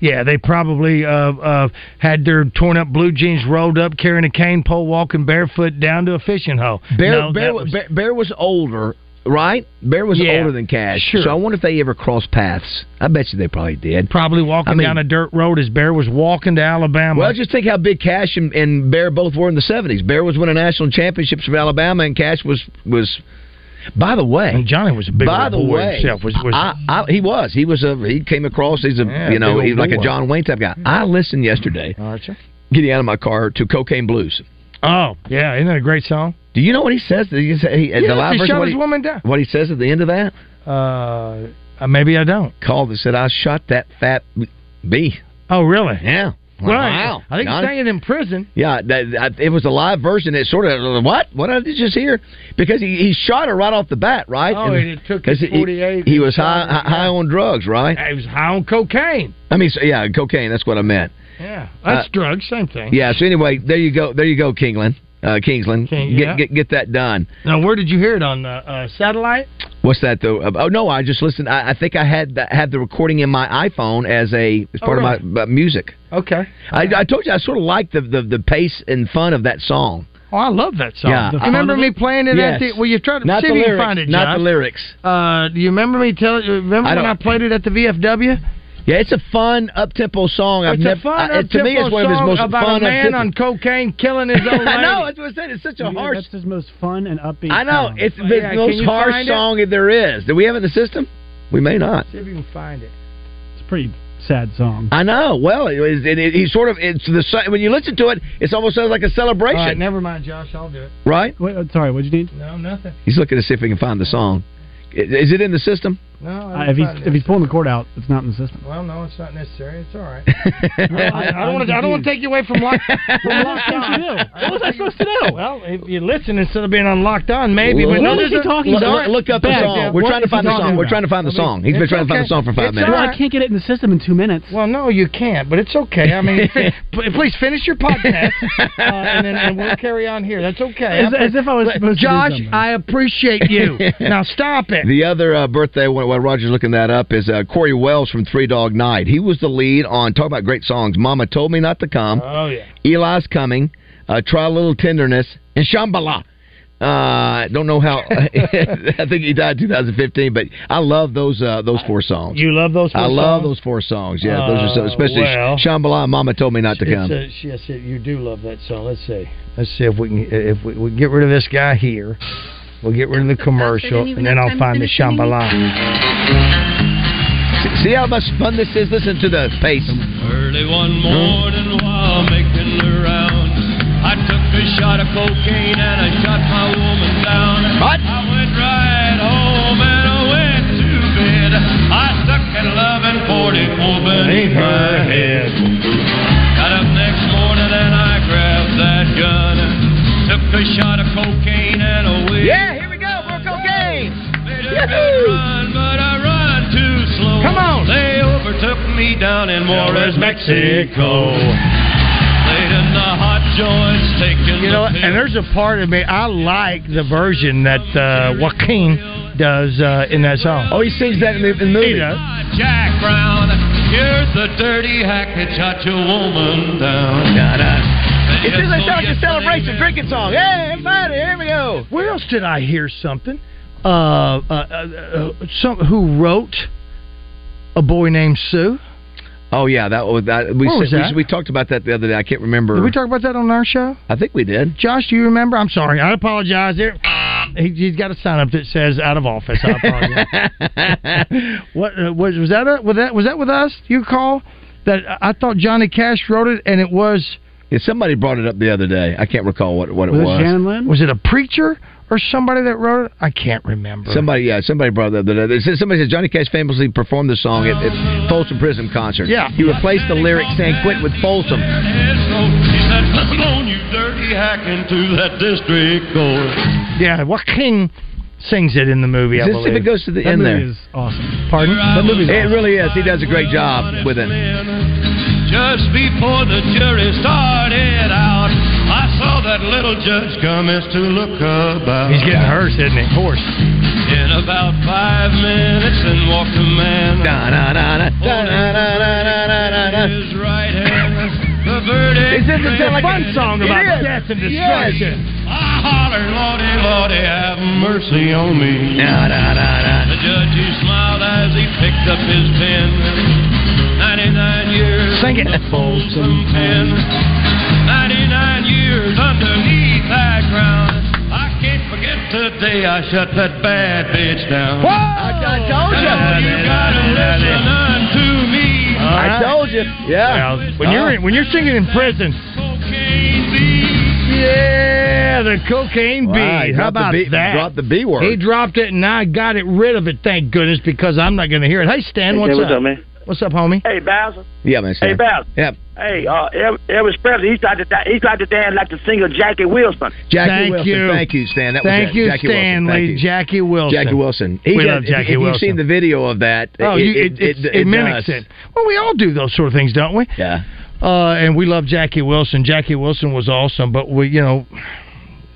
[SPEAKER 5] Yeah, they probably uh, uh, had their torn up blue jeans rolled up, carrying a cane pole, walking barefoot down to a fishing hole.
[SPEAKER 4] Bear
[SPEAKER 5] No,
[SPEAKER 4] Bear,
[SPEAKER 5] that
[SPEAKER 4] was, Bear, Bear was older, right? Bear was
[SPEAKER 5] Yeah.
[SPEAKER 4] older than Cash.
[SPEAKER 5] Sure.
[SPEAKER 4] So I wonder if they ever crossed paths. I bet you they probably did.
[SPEAKER 5] Probably walking
[SPEAKER 4] I mean-
[SPEAKER 5] down a dirt road as Bear was walking to Alabama.
[SPEAKER 4] Well, just think how big Cash and, and Bear both were in the seventies. Bear was winning national championships for Alabama, and Cash was was. By the way,
[SPEAKER 5] Johnny was a big
[SPEAKER 4] by
[SPEAKER 5] old
[SPEAKER 4] the
[SPEAKER 5] boy
[SPEAKER 4] way
[SPEAKER 5] himself, was- was-
[SPEAKER 4] I, I, he was he was a he came across he's a
[SPEAKER 5] Yeah,
[SPEAKER 4] you know
[SPEAKER 5] big old
[SPEAKER 4] he's like a
[SPEAKER 5] boy.
[SPEAKER 4] John Wayne type guy. I listened yesterday, getting out of my car to Cocaine Blues.
[SPEAKER 5] oh yeah, isn't that a great song?
[SPEAKER 4] Do you know what he says? Did he say, he,
[SPEAKER 5] Yeah,
[SPEAKER 4] the live
[SPEAKER 5] he
[SPEAKER 4] version,
[SPEAKER 5] shot
[SPEAKER 4] what,
[SPEAKER 5] his
[SPEAKER 4] he,
[SPEAKER 5] woman down.
[SPEAKER 4] what he says at the end of that?
[SPEAKER 5] Uh, uh, maybe I don't.
[SPEAKER 4] Called and said I shot that fat bee.
[SPEAKER 5] Oh really?
[SPEAKER 4] Yeah.
[SPEAKER 5] well,
[SPEAKER 4] wow.
[SPEAKER 5] I think he's
[SPEAKER 4] Johnny.
[SPEAKER 5] saying in prison.
[SPEAKER 4] Yeah, that, I, it was a live version. It sort of what? What did I just hear? Because he, he shot her right off the bat, right?
[SPEAKER 5] Oh, and it took
[SPEAKER 4] 'cause
[SPEAKER 5] him 48
[SPEAKER 4] He, he
[SPEAKER 5] and
[SPEAKER 4] was high
[SPEAKER 5] shot her,
[SPEAKER 4] high, high on drugs, right?
[SPEAKER 5] He was high on cocaine.
[SPEAKER 4] I mean, so, yeah, cocaine. That's what I meant.
[SPEAKER 5] Yeah, that's
[SPEAKER 4] Uh,
[SPEAKER 5] drugs, same thing.
[SPEAKER 4] Yeah. So anyway, there you go. There you go, Kingland. Uh, Kingsland.
[SPEAKER 5] King-
[SPEAKER 4] get,
[SPEAKER 5] yeah.
[SPEAKER 4] get get that done.
[SPEAKER 5] Now, where did you hear it on uh, uh, satellite?
[SPEAKER 4] What's that though? Uh, Oh no, I just listened. I, I think I had the, had the recording in my iPhone as a as
[SPEAKER 5] Oh,
[SPEAKER 4] part
[SPEAKER 5] really?
[SPEAKER 4] of my uh, music.
[SPEAKER 5] Okay.
[SPEAKER 4] I, I told you I sort of like the, the the pace and fun of that song.
[SPEAKER 5] Oh, I love that song.
[SPEAKER 4] Yeah,
[SPEAKER 5] Do
[SPEAKER 4] I-
[SPEAKER 5] you remember me playing it
[SPEAKER 4] Yes.
[SPEAKER 5] at the? Well, you tried to
[SPEAKER 4] Not
[SPEAKER 5] see
[SPEAKER 4] the
[SPEAKER 5] if you can
[SPEAKER 4] lyrics,
[SPEAKER 5] find it.
[SPEAKER 4] not
[SPEAKER 5] Josh.
[SPEAKER 4] the lyrics.
[SPEAKER 5] Uh, do you remember me telling? Remember
[SPEAKER 4] I
[SPEAKER 5] when
[SPEAKER 4] don't-
[SPEAKER 5] I played it at the VFW?
[SPEAKER 4] Yeah, it's a fun up tempo song. I've
[SPEAKER 5] It's
[SPEAKER 4] never
[SPEAKER 5] a fun
[SPEAKER 4] I- to me
[SPEAKER 5] up-tempo
[SPEAKER 4] it's one of his
[SPEAKER 5] song
[SPEAKER 4] most
[SPEAKER 5] about
[SPEAKER 4] fun
[SPEAKER 5] a man
[SPEAKER 4] up-tempo-
[SPEAKER 5] on cocaine killing his old lady.
[SPEAKER 4] I know, that's what I said. It's such a
[SPEAKER 15] Yeah,
[SPEAKER 4] harsh.
[SPEAKER 15] That's his most fun and upbeat.
[SPEAKER 4] I know
[SPEAKER 15] song.
[SPEAKER 4] it's the
[SPEAKER 5] Yeah, can
[SPEAKER 4] most
[SPEAKER 5] you
[SPEAKER 4] harsh
[SPEAKER 5] find it?
[SPEAKER 4] song that there is. Do we have it in the system? We may not.
[SPEAKER 5] See if you can find it.
[SPEAKER 15] It's a pretty sad song.
[SPEAKER 4] I know. Well, it was. It, it, he sort of. It's the so- when you listen to it, it almost sounds like a celebration,
[SPEAKER 5] All right, never mind, Josh. I'll do it.
[SPEAKER 4] right?
[SPEAKER 15] Wait, uh, sorry, what'd you need?
[SPEAKER 5] No, nothing.
[SPEAKER 4] He's looking to see if we can find the song. I- Is it in the system?
[SPEAKER 5] No,
[SPEAKER 15] Uh,
[SPEAKER 5] I
[SPEAKER 15] if
[SPEAKER 5] didn't
[SPEAKER 15] he's
[SPEAKER 5] find it.
[SPEAKER 15] if he's pulling the cord out, it's not in the system.
[SPEAKER 5] well, no, it's not necessary. It's all right. I, I don't want to. I don't want to take you away from lock. From locked on. What was I supposed to do? Oh, Well, if you listen instead of being unlocked on, maybe.
[SPEAKER 4] Look-
[SPEAKER 5] but no,
[SPEAKER 4] look-
[SPEAKER 5] there's a-
[SPEAKER 4] Look, look- look up the
[SPEAKER 5] Back
[SPEAKER 4] song.
[SPEAKER 5] down.
[SPEAKER 4] We're
[SPEAKER 5] What
[SPEAKER 4] trying to
[SPEAKER 5] is he
[SPEAKER 4] find the
[SPEAKER 5] talking
[SPEAKER 4] song. We're
[SPEAKER 5] about?
[SPEAKER 4] trying to find the song. He's been
[SPEAKER 5] It's
[SPEAKER 4] trying to find the
[SPEAKER 5] okay.
[SPEAKER 4] song for five
[SPEAKER 5] It's
[SPEAKER 4] minutes.
[SPEAKER 5] all
[SPEAKER 15] I can't get it in the system in two minutes.
[SPEAKER 5] Well, no, you can't, but it's okay. I mean, fi- p- please finish your podcast, uh, and then and we'll carry on here. That's okay.
[SPEAKER 15] As- as if I was supposed to do
[SPEAKER 5] Josh,
[SPEAKER 15] something.
[SPEAKER 5] I appreciate you. now stop it.
[SPEAKER 4] The other uh, birthday, while while Roger's looking that up, is uh, Corey Wells from Three Dog Night. He was the lead on talk about great songs. Mama told me not to come.
[SPEAKER 5] Oh yeah.
[SPEAKER 4] Eli's coming. Uh, Try a little tenderness and Shambhala. Uh, don't know how. I think he died in 2015, but I love those uh, those four songs.
[SPEAKER 5] You love those.
[SPEAKER 4] I
[SPEAKER 5] four
[SPEAKER 4] love
[SPEAKER 5] songs?
[SPEAKER 4] those four songs. Yeah, those are so
[SPEAKER 5] Uh,
[SPEAKER 4] especially
[SPEAKER 5] well.
[SPEAKER 4] Shambhala. and Mama told me not to come.
[SPEAKER 5] It's a- yes, it- you do love that song. Let's see. Let's see if we can if we, we can get rid of this guy here. We'll get rid of the commercial, and then I'll find the Shambhala.
[SPEAKER 4] See how much fun this is. Listen to the pace.
[SPEAKER 3] Early one morning while making the rounds, I took a shot of cocaine and I shot my woman down. I went right home and I went to bed. I stuck at 1144 beneath my head. Got up next morning and I grabbed that gun. Took a shot of cocaine and a whiz.
[SPEAKER 4] Yeah, here we go. More cocaine.
[SPEAKER 3] Made a good run, but I run too slow. Come on. They overtook me down in Juarez, Mexico. Laid in the hot joints, taking
[SPEAKER 5] You
[SPEAKER 3] the
[SPEAKER 5] know, what?
[SPEAKER 3] pill.
[SPEAKER 5] and there's a part of me I like the version that uh, Joaquin does uh, in that song.
[SPEAKER 4] Oh, he sings that in the, in the
[SPEAKER 5] movie. He does.
[SPEAKER 3] Jack Brown. Here's the dirty hack that shot your woman down.
[SPEAKER 4] It seems like sounds like a celebration drinking song. Hey, everybody, here we go.
[SPEAKER 5] Where else did I hear something? Uh, uh, uh, uh, some who wrote a boy named Sue.
[SPEAKER 4] Oh yeah, that was that. We
[SPEAKER 5] What
[SPEAKER 4] said-
[SPEAKER 5] was
[SPEAKER 4] we-
[SPEAKER 5] that?
[SPEAKER 4] We, talked about that the other day. I can't remember.
[SPEAKER 5] Did we talk about that on our show?
[SPEAKER 4] I think we did.
[SPEAKER 5] Josh, do you remember? I'm sorry. I apologize. There, he, he's got a sign up that says "out of office." I apologize. what uh, was was that? A, was that was that with us? You call that? I thought Johnny Cash wrote it, and it was
[SPEAKER 4] Yeah, somebody brought it up the other day. I can't recall what what it
[SPEAKER 5] Was it
[SPEAKER 4] was.
[SPEAKER 5] Shannon Lynn? Was it a preacher or somebody that wrote it? I can't remember.
[SPEAKER 4] Somebody, yeah, somebody brought that. that- They said somebody said Johnny Cash famously performed the song at, at Folsom Prison concert.
[SPEAKER 5] Yeah.
[SPEAKER 4] he replaced the lyric "San Quentin" with Folsom.
[SPEAKER 3] He said, come on, you dirty hack into that district court.
[SPEAKER 5] Yeah, what king sings it in the movie?
[SPEAKER 4] Is
[SPEAKER 5] I
[SPEAKER 4] this if
[SPEAKER 5] believe.
[SPEAKER 4] it goes to the That end movie there? is
[SPEAKER 5] awesome. Pardon?
[SPEAKER 4] it really is. He does a great job with it.
[SPEAKER 3] Just before the jury started out, I saw that little judge commence to look about.
[SPEAKER 5] He's getting hurt, isn't he? Horse.
[SPEAKER 3] In about five minutes, and walked a man.
[SPEAKER 4] Da, da, da, da, da, da, da, da, da, da.
[SPEAKER 3] His right hand, the verdict.
[SPEAKER 5] It doesn't sound like a- It is. Yes.
[SPEAKER 3] I Ah, holler, Lordy, Lordy, have mercy on me.
[SPEAKER 4] Da, da, da, da.
[SPEAKER 3] The judge, he smiled as he picked up his pen. 99 years.
[SPEAKER 5] Sing it.
[SPEAKER 3] in the Folsom pen. 99 years underneath that ground. I can't forget the day I shut that bad bitch
[SPEAKER 19] Um,
[SPEAKER 3] down.
[SPEAKER 4] Whoa! I, told you.
[SPEAKER 3] You gotta listen unto me.
[SPEAKER 5] I told
[SPEAKER 4] you.
[SPEAKER 5] Yeah. when you're in, when you're singing in prison. Yeah, the cocaine
[SPEAKER 4] Wow,
[SPEAKER 5] bee.
[SPEAKER 4] he
[SPEAKER 5] How
[SPEAKER 4] dropped the
[SPEAKER 5] about
[SPEAKER 4] B-
[SPEAKER 5] that?
[SPEAKER 4] dropped the B word.
[SPEAKER 5] He dropped it, and I got it rid of it. Thank goodness, because I'm not going to hear it. Hey, Stan,
[SPEAKER 4] Hey,
[SPEAKER 5] what's,
[SPEAKER 4] Stan, what's
[SPEAKER 5] up?
[SPEAKER 4] up, man?
[SPEAKER 5] What's up, homie?
[SPEAKER 8] Hey, Bowser.
[SPEAKER 4] Yeah, man.
[SPEAKER 8] Hey,
[SPEAKER 4] Stan.
[SPEAKER 8] Bowser.
[SPEAKER 4] Yeah.
[SPEAKER 8] Hey, uh, El- Elvis Presley, he's like the he's like the dad like the singer Jackie Wilson.
[SPEAKER 4] Jackie
[SPEAKER 5] Thank
[SPEAKER 4] Wilson.
[SPEAKER 5] you.
[SPEAKER 4] Thank you, Stan. That
[SPEAKER 5] Thank
[SPEAKER 4] was it.
[SPEAKER 5] you,
[SPEAKER 4] Jackie Wilson.
[SPEAKER 5] Stanley.
[SPEAKER 4] Thank you.
[SPEAKER 5] Jackie Wilson.
[SPEAKER 4] Jackie Wilson. He
[SPEAKER 5] we
[SPEAKER 4] does-
[SPEAKER 5] love
[SPEAKER 4] if-
[SPEAKER 5] Jackie
[SPEAKER 4] if
[SPEAKER 5] Wilson.
[SPEAKER 4] You've seen the video of that.
[SPEAKER 5] Oh, you- it, it, it mimics
[SPEAKER 4] does.
[SPEAKER 5] it. Well, we all do those sort of things, don't we?
[SPEAKER 4] Yeah.
[SPEAKER 5] Uh, and we love Jackie Wilson. Jackie Wilson was awesome, but we, you know,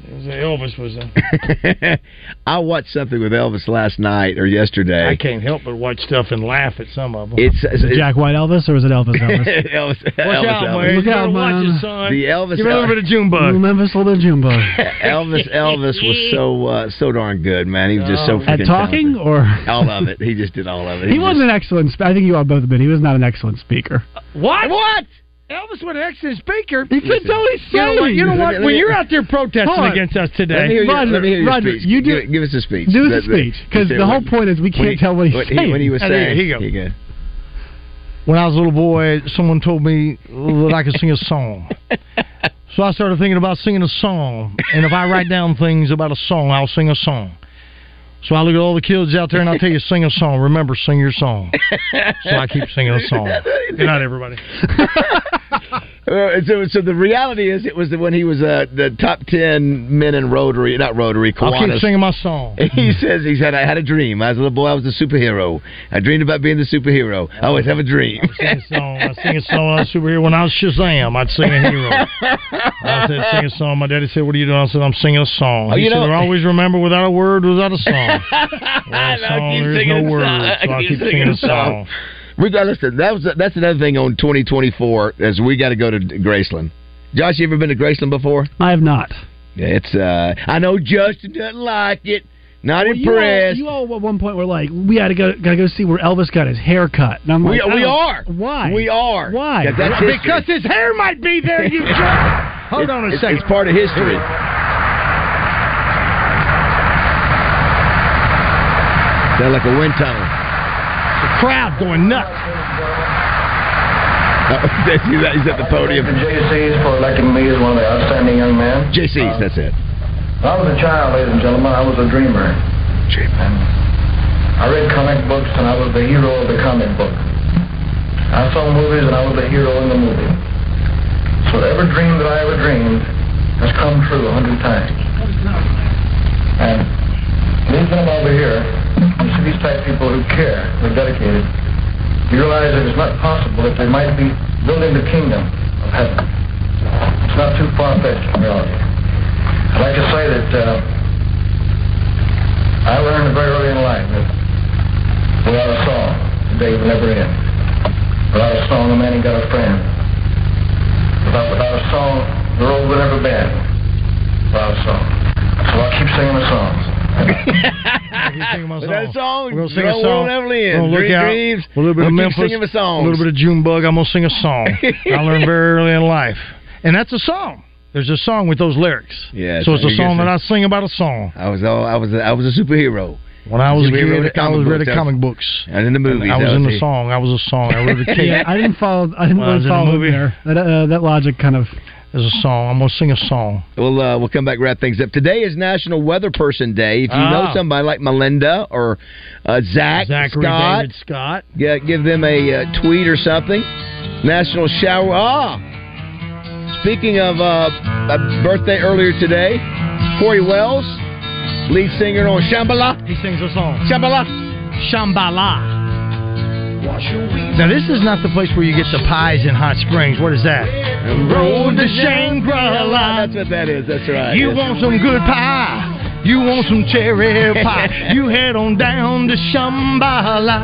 [SPEAKER 5] Elvis was a.
[SPEAKER 4] I watched something with Elvis last night or yesterday.
[SPEAKER 5] I can't help but watch stuff and laugh at some of them.
[SPEAKER 4] It's-
[SPEAKER 15] Is it Jack White Elvis or is it Elvis Elvis?
[SPEAKER 4] Elvis.
[SPEAKER 5] Watch out,
[SPEAKER 4] Elvis.
[SPEAKER 5] man.
[SPEAKER 15] Look
[SPEAKER 5] You
[SPEAKER 15] out,
[SPEAKER 5] gotta watch
[SPEAKER 15] man.
[SPEAKER 5] it, son.
[SPEAKER 4] The Elvis-
[SPEAKER 5] Give it a little bit of June bug.
[SPEAKER 15] Remember this little Jumbo.
[SPEAKER 4] Elvis Elvis was so uh, so darn good, man. He was just so
[SPEAKER 15] At
[SPEAKER 4] freaking
[SPEAKER 15] talking or
[SPEAKER 4] talented. All of it. He just did all of it.
[SPEAKER 15] he was an excellent. sp- I think you all both have been. He was not an excellent speaker.
[SPEAKER 5] What? What? Elvis was an excellent speaker. He
[SPEAKER 15] could totally
[SPEAKER 5] You know what?
[SPEAKER 15] sing.
[SPEAKER 5] You know
[SPEAKER 15] Let me-
[SPEAKER 5] what? When
[SPEAKER 15] let me-
[SPEAKER 5] you're out there protesting
[SPEAKER 15] Hold on.
[SPEAKER 5] against us today,
[SPEAKER 4] Let me hear your, let me hear your
[SPEAKER 15] Roger,
[SPEAKER 4] speech.
[SPEAKER 15] you do-
[SPEAKER 4] give, give us a speech.
[SPEAKER 15] Do the
[SPEAKER 4] That- that-
[SPEAKER 15] speech because
[SPEAKER 4] that-
[SPEAKER 15] the whole point is we
[SPEAKER 4] when
[SPEAKER 15] can't tell what he's
[SPEAKER 4] what he,
[SPEAKER 15] saying.
[SPEAKER 4] When he was
[SPEAKER 5] Oh, there
[SPEAKER 4] saying,
[SPEAKER 5] you go.
[SPEAKER 4] Here you go.
[SPEAKER 5] when I was a little boy, someone told me that I could sing a song. So I started thinking about singing a song. And if I write down things about a song, I'll sing a song. So I look at all the kids out there and I tell you, sing a song. Remember, sing your song. So I keep singing a song. Good night, everybody.
[SPEAKER 4] Uh, and so, so the reality is, it was the, when he was uh, the top ten men in Rotary, not Rotary,
[SPEAKER 5] I'll
[SPEAKER 4] Kiwanis.
[SPEAKER 5] keep singing my song.
[SPEAKER 4] He says he said I had a dream. As a little boy, I was a superhero. I dreamed about being the superhero. I always have a dream.
[SPEAKER 5] song. I sing a song. I was a superhero. When I was Shazam, I'd sing a hero. I said, sing a song. My daddy said, what are you doing? I said, I'm singing a song.
[SPEAKER 4] Oh,
[SPEAKER 5] he
[SPEAKER 4] you
[SPEAKER 5] said,
[SPEAKER 4] know-
[SPEAKER 5] always remember without a word, without a song.
[SPEAKER 4] I
[SPEAKER 5] know, I keep there's singing no a word, song. so I I keep keep singing singing a a song. song.
[SPEAKER 4] We got listen. That was that's another thing on 2024 is we got to go to Graceland. Josh, you ever been to Graceland before?
[SPEAKER 15] I have not.
[SPEAKER 4] Yeah, it's uh, I know Justin doesn't like it. Not
[SPEAKER 15] Well, you all-
[SPEAKER 4] impressed.
[SPEAKER 15] You all, at one point were like, we gotta go, gotta go see where Elvis got his hair cut. And I'm
[SPEAKER 4] We-
[SPEAKER 15] like, I
[SPEAKER 4] we
[SPEAKER 15] don't-
[SPEAKER 4] are.
[SPEAKER 15] Why?
[SPEAKER 4] We are.
[SPEAKER 15] Why?
[SPEAKER 4] Yeah, that's history.
[SPEAKER 5] Oh, because his hair might be there, you jerk. Hold
[SPEAKER 4] It's-
[SPEAKER 5] on a
[SPEAKER 4] it's-
[SPEAKER 5] second.
[SPEAKER 4] It's part of history. Sound like a wind tunnel.
[SPEAKER 5] The crowd going nuts.
[SPEAKER 4] That's- he's at- he's at the podium.
[SPEAKER 9] JC's for electing me as one of the outstanding young men.
[SPEAKER 4] JC's, that's it.
[SPEAKER 9] I was a child, ladies and gentlemen. I was a dreamer. Dreamer. I read comic books and I was the hero of the comic book. I saw movies and I was the hero in the movie. So every dream that I ever dreamed has come true a hundred times. And these men over here, you see these type of people who care, who are dedicated, you realize that it's not possible that they might be building the kingdom of heaven. It's not too far-fetched in reality. I'd like to say that uh, I learned very early in life that without a song, the day would never end. Without a song, a man ain't got a friend. Without, without a song, the road would never bend. Without a song. So I keep singing the songs.
[SPEAKER 4] That song,
[SPEAKER 5] We're gonna sing
[SPEAKER 4] Joe
[SPEAKER 5] a
[SPEAKER 4] Will
[SPEAKER 5] song. We're
[SPEAKER 4] Evelyn,
[SPEAKER 5] gonna look
[SPEAKER 4] Green
[SPEAKER 5] out.
[SPEAKER 4] Dreams.
[SPEAKER 5] A little bit
[SPEAKER 4] We'll
[SPEAKER 5] of
[SPEAKER 4] keep
[SPEAKER 5] Memphis.
[SPEAKER 4] singing the songs.
[SPEAKER 5] A little bit of June bug. I'm gonna sing a song. I learned very early in life, and that's a song. There's a song with those lyrics.
[SPEAKER 4] Yeah,
[SPEAKER 5] so it's a
[SPEAKER 4] you're gonna
[SPEAKER 5] song that I sing about a song.
[SPEAKER 4] I was all, I was a, I was a superhero.
[SPEAKER 5] When I was a
[SPEAKER 4] Superhero in the
[SPEAKER 5] kid, I
[SPEAKER 4] comic
[SPEAKER 5] was read
[SPEAKER 4] books.
[SPEAKER 5] the
[SPEAKER 4] I was-
[SPEAKER 5] comic books.
[SPEAKER 4] And in the movies,
[SPEAKER 5] I
[SPEAKER 4] that
[SPEAKER 5] was in the
[SPEAKER 4] it.
[SPEAKER 5] song. I was a song. I read the cake.
[SPEAKER 15] yeah, I didn't follow. I didn't
[SPEAKER 5] Well, I
[SPEAKER 15] really
[SPEAKER 5] was in a
[SPEAKER 15] follow
[SPEAKER 5] movie.
[SPEAKER 15] there. That uh, that logic kind of
[SPEAKER 5] There's a song. I'm going to sing a song.
[SPEAKER 4] We'll uh, we'll come back wrap things up. Today is National Weather Person Day. If you know
[SPEAKER 5] Ah.
[SPEAKER 4] somebody like Melinda or uh, Zach
[SPEAKER 5] Zachary
[SPEAKER 4] Scott,
[SPEAKER 5] David Scott.
[SPEAKER 4] yeah, give them a uh, tweet or something. National Shower. Ah, speaking of uh, a birthday earlier today, Corey Wells, lead singer on Shambhala.
[SPEAKER 5] He sings a song.
[SPEAKER 4] Shambhala.
[SPEAKER 5] Shambhala. Now, this is not the place where you get the pies in Hot Springs. What is that?
[SPEAKER 4] Road to Shangri-La. That's what that is. That's right.
[SPEAKER 5] You
[SPEAKER 4] Yes.
[SPEAKER 5] want some good pie. You want some cherry pie. You head on down to Shambhala.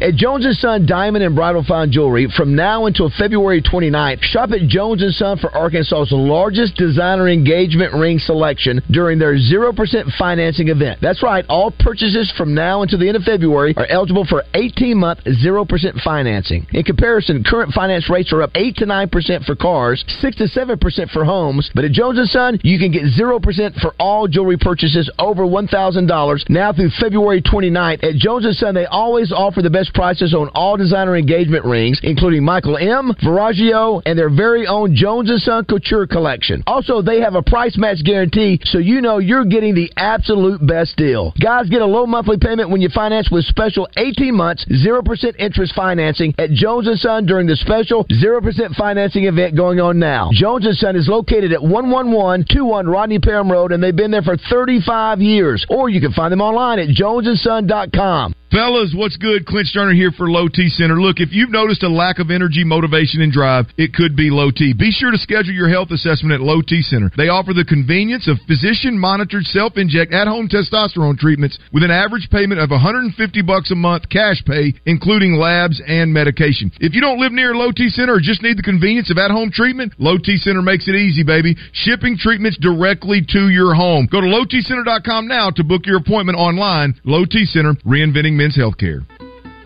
[SPEAKER 4] At Jones & Son Diamond and Bridal Fine Jewelry, from now until February 29th, shop at Jones & Son for Arkansas's largest designer engagement ring selection during their 0% financing event. That's right, all purchases from now until the end of February are eligible for 18-month 0% financing. In comparison, current finance rates are up 8 to 9% for cars, 6 to 7% for homes, but at Jones & Son, you can get 0% for all jewelry purchases over $1,000 now through February 29th. At Jones & Son, they always offer the best prices on all designer engagement rings, including Michael M., Viraggio, and their very own Jones & Son Couture collection. Also, they have a price match guarantee, so you know you're getting the absolute best deal. Guys, get a low monthly payment when you finance with special 18 months, 0% interest financing at Jones & Son during the special 0% financing event going on now. Jones & Son is located at 11121 Rodney Parham Road, and they've been there for 35 years. Or you can find them online at jonesandson.com.
[SPEAKER 11] Fellas, what's good? Clint Sterner here for Low T Center. Look, if you've noticed a lack of energy, motivation, and drive, it could be low T. Be sure to schedule your health assessment at Low T Center. They offer the convenience of physician monitored self inject at home testosterone treatments with an average payment of 150 bucks a month cash pay, including labs and medication. If you don't live near Low T Center or just need the convenience of at home treatment, Low T Center makes it easy, baby. Shipping treatments directly to your home. Go to lowtcenter.com now to book your appointment online. Low T Center, reinventing men's healthcare.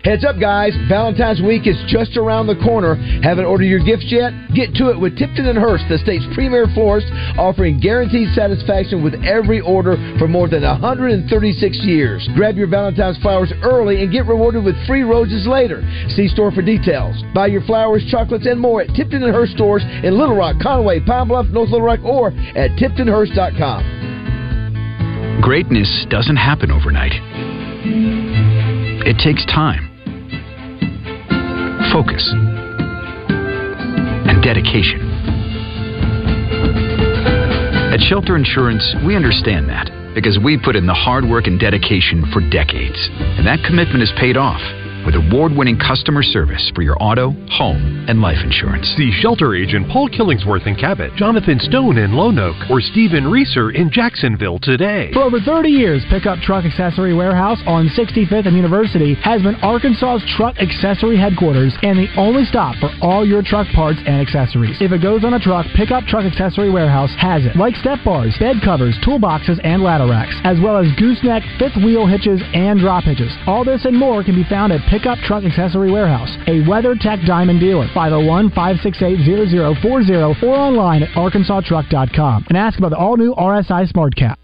[SPEAKER 4] Heads up, guys. Valentine's week is just around the corner. Haven't ordered your gifts yet? Get to it with Tipton and Hearst, the state's premier florist, offering guaranteed satisfaction with every order for more than 136 years. Grab your Valentine's flowers early and get rewarded with free roses later. See store for details. Buy your flowers, chocolates, and more at Tipton and Hearst stores in Little Rock, Conway, Pine Bluff, North Little Rock, or at tiptonhearst.com.
[SPEAKER 12] Greatness doesn't happen overnight. It takes time, focus, and dedication. At Shelter Insurance, we understand that because we put in the hard work and dedication for decades. And that commitment is paid off with award winning customer service for your auto, home, and life insurance.
[SPEAKER 14] See shelter agent Paul Killingsworth in Cabot, Jonathan Stone in Lone Oak, or Stephen Reeser in Jacksonville today.
[SPEAKER 17] For over 30 years, Pickup Truck Accessory Warehouse on 65th and University has been Arkansas's truck accessory headquarters and the only stop for all your truck parts and accessories. If it goes on a truck, Pickup Truck Accessory Warehouse has it, like step bars, bed covers, toolboxes, and ladder racks, as well as gooseneck, fifth wheel hitches, and drop hitches. All this and more can be found at Pickup Truck Accessory Warehouse, a WeatherTech Diamond dealer, 501-568-0040, or online at arkansastruck.com, and ask about the all-new RSI Smart Cap.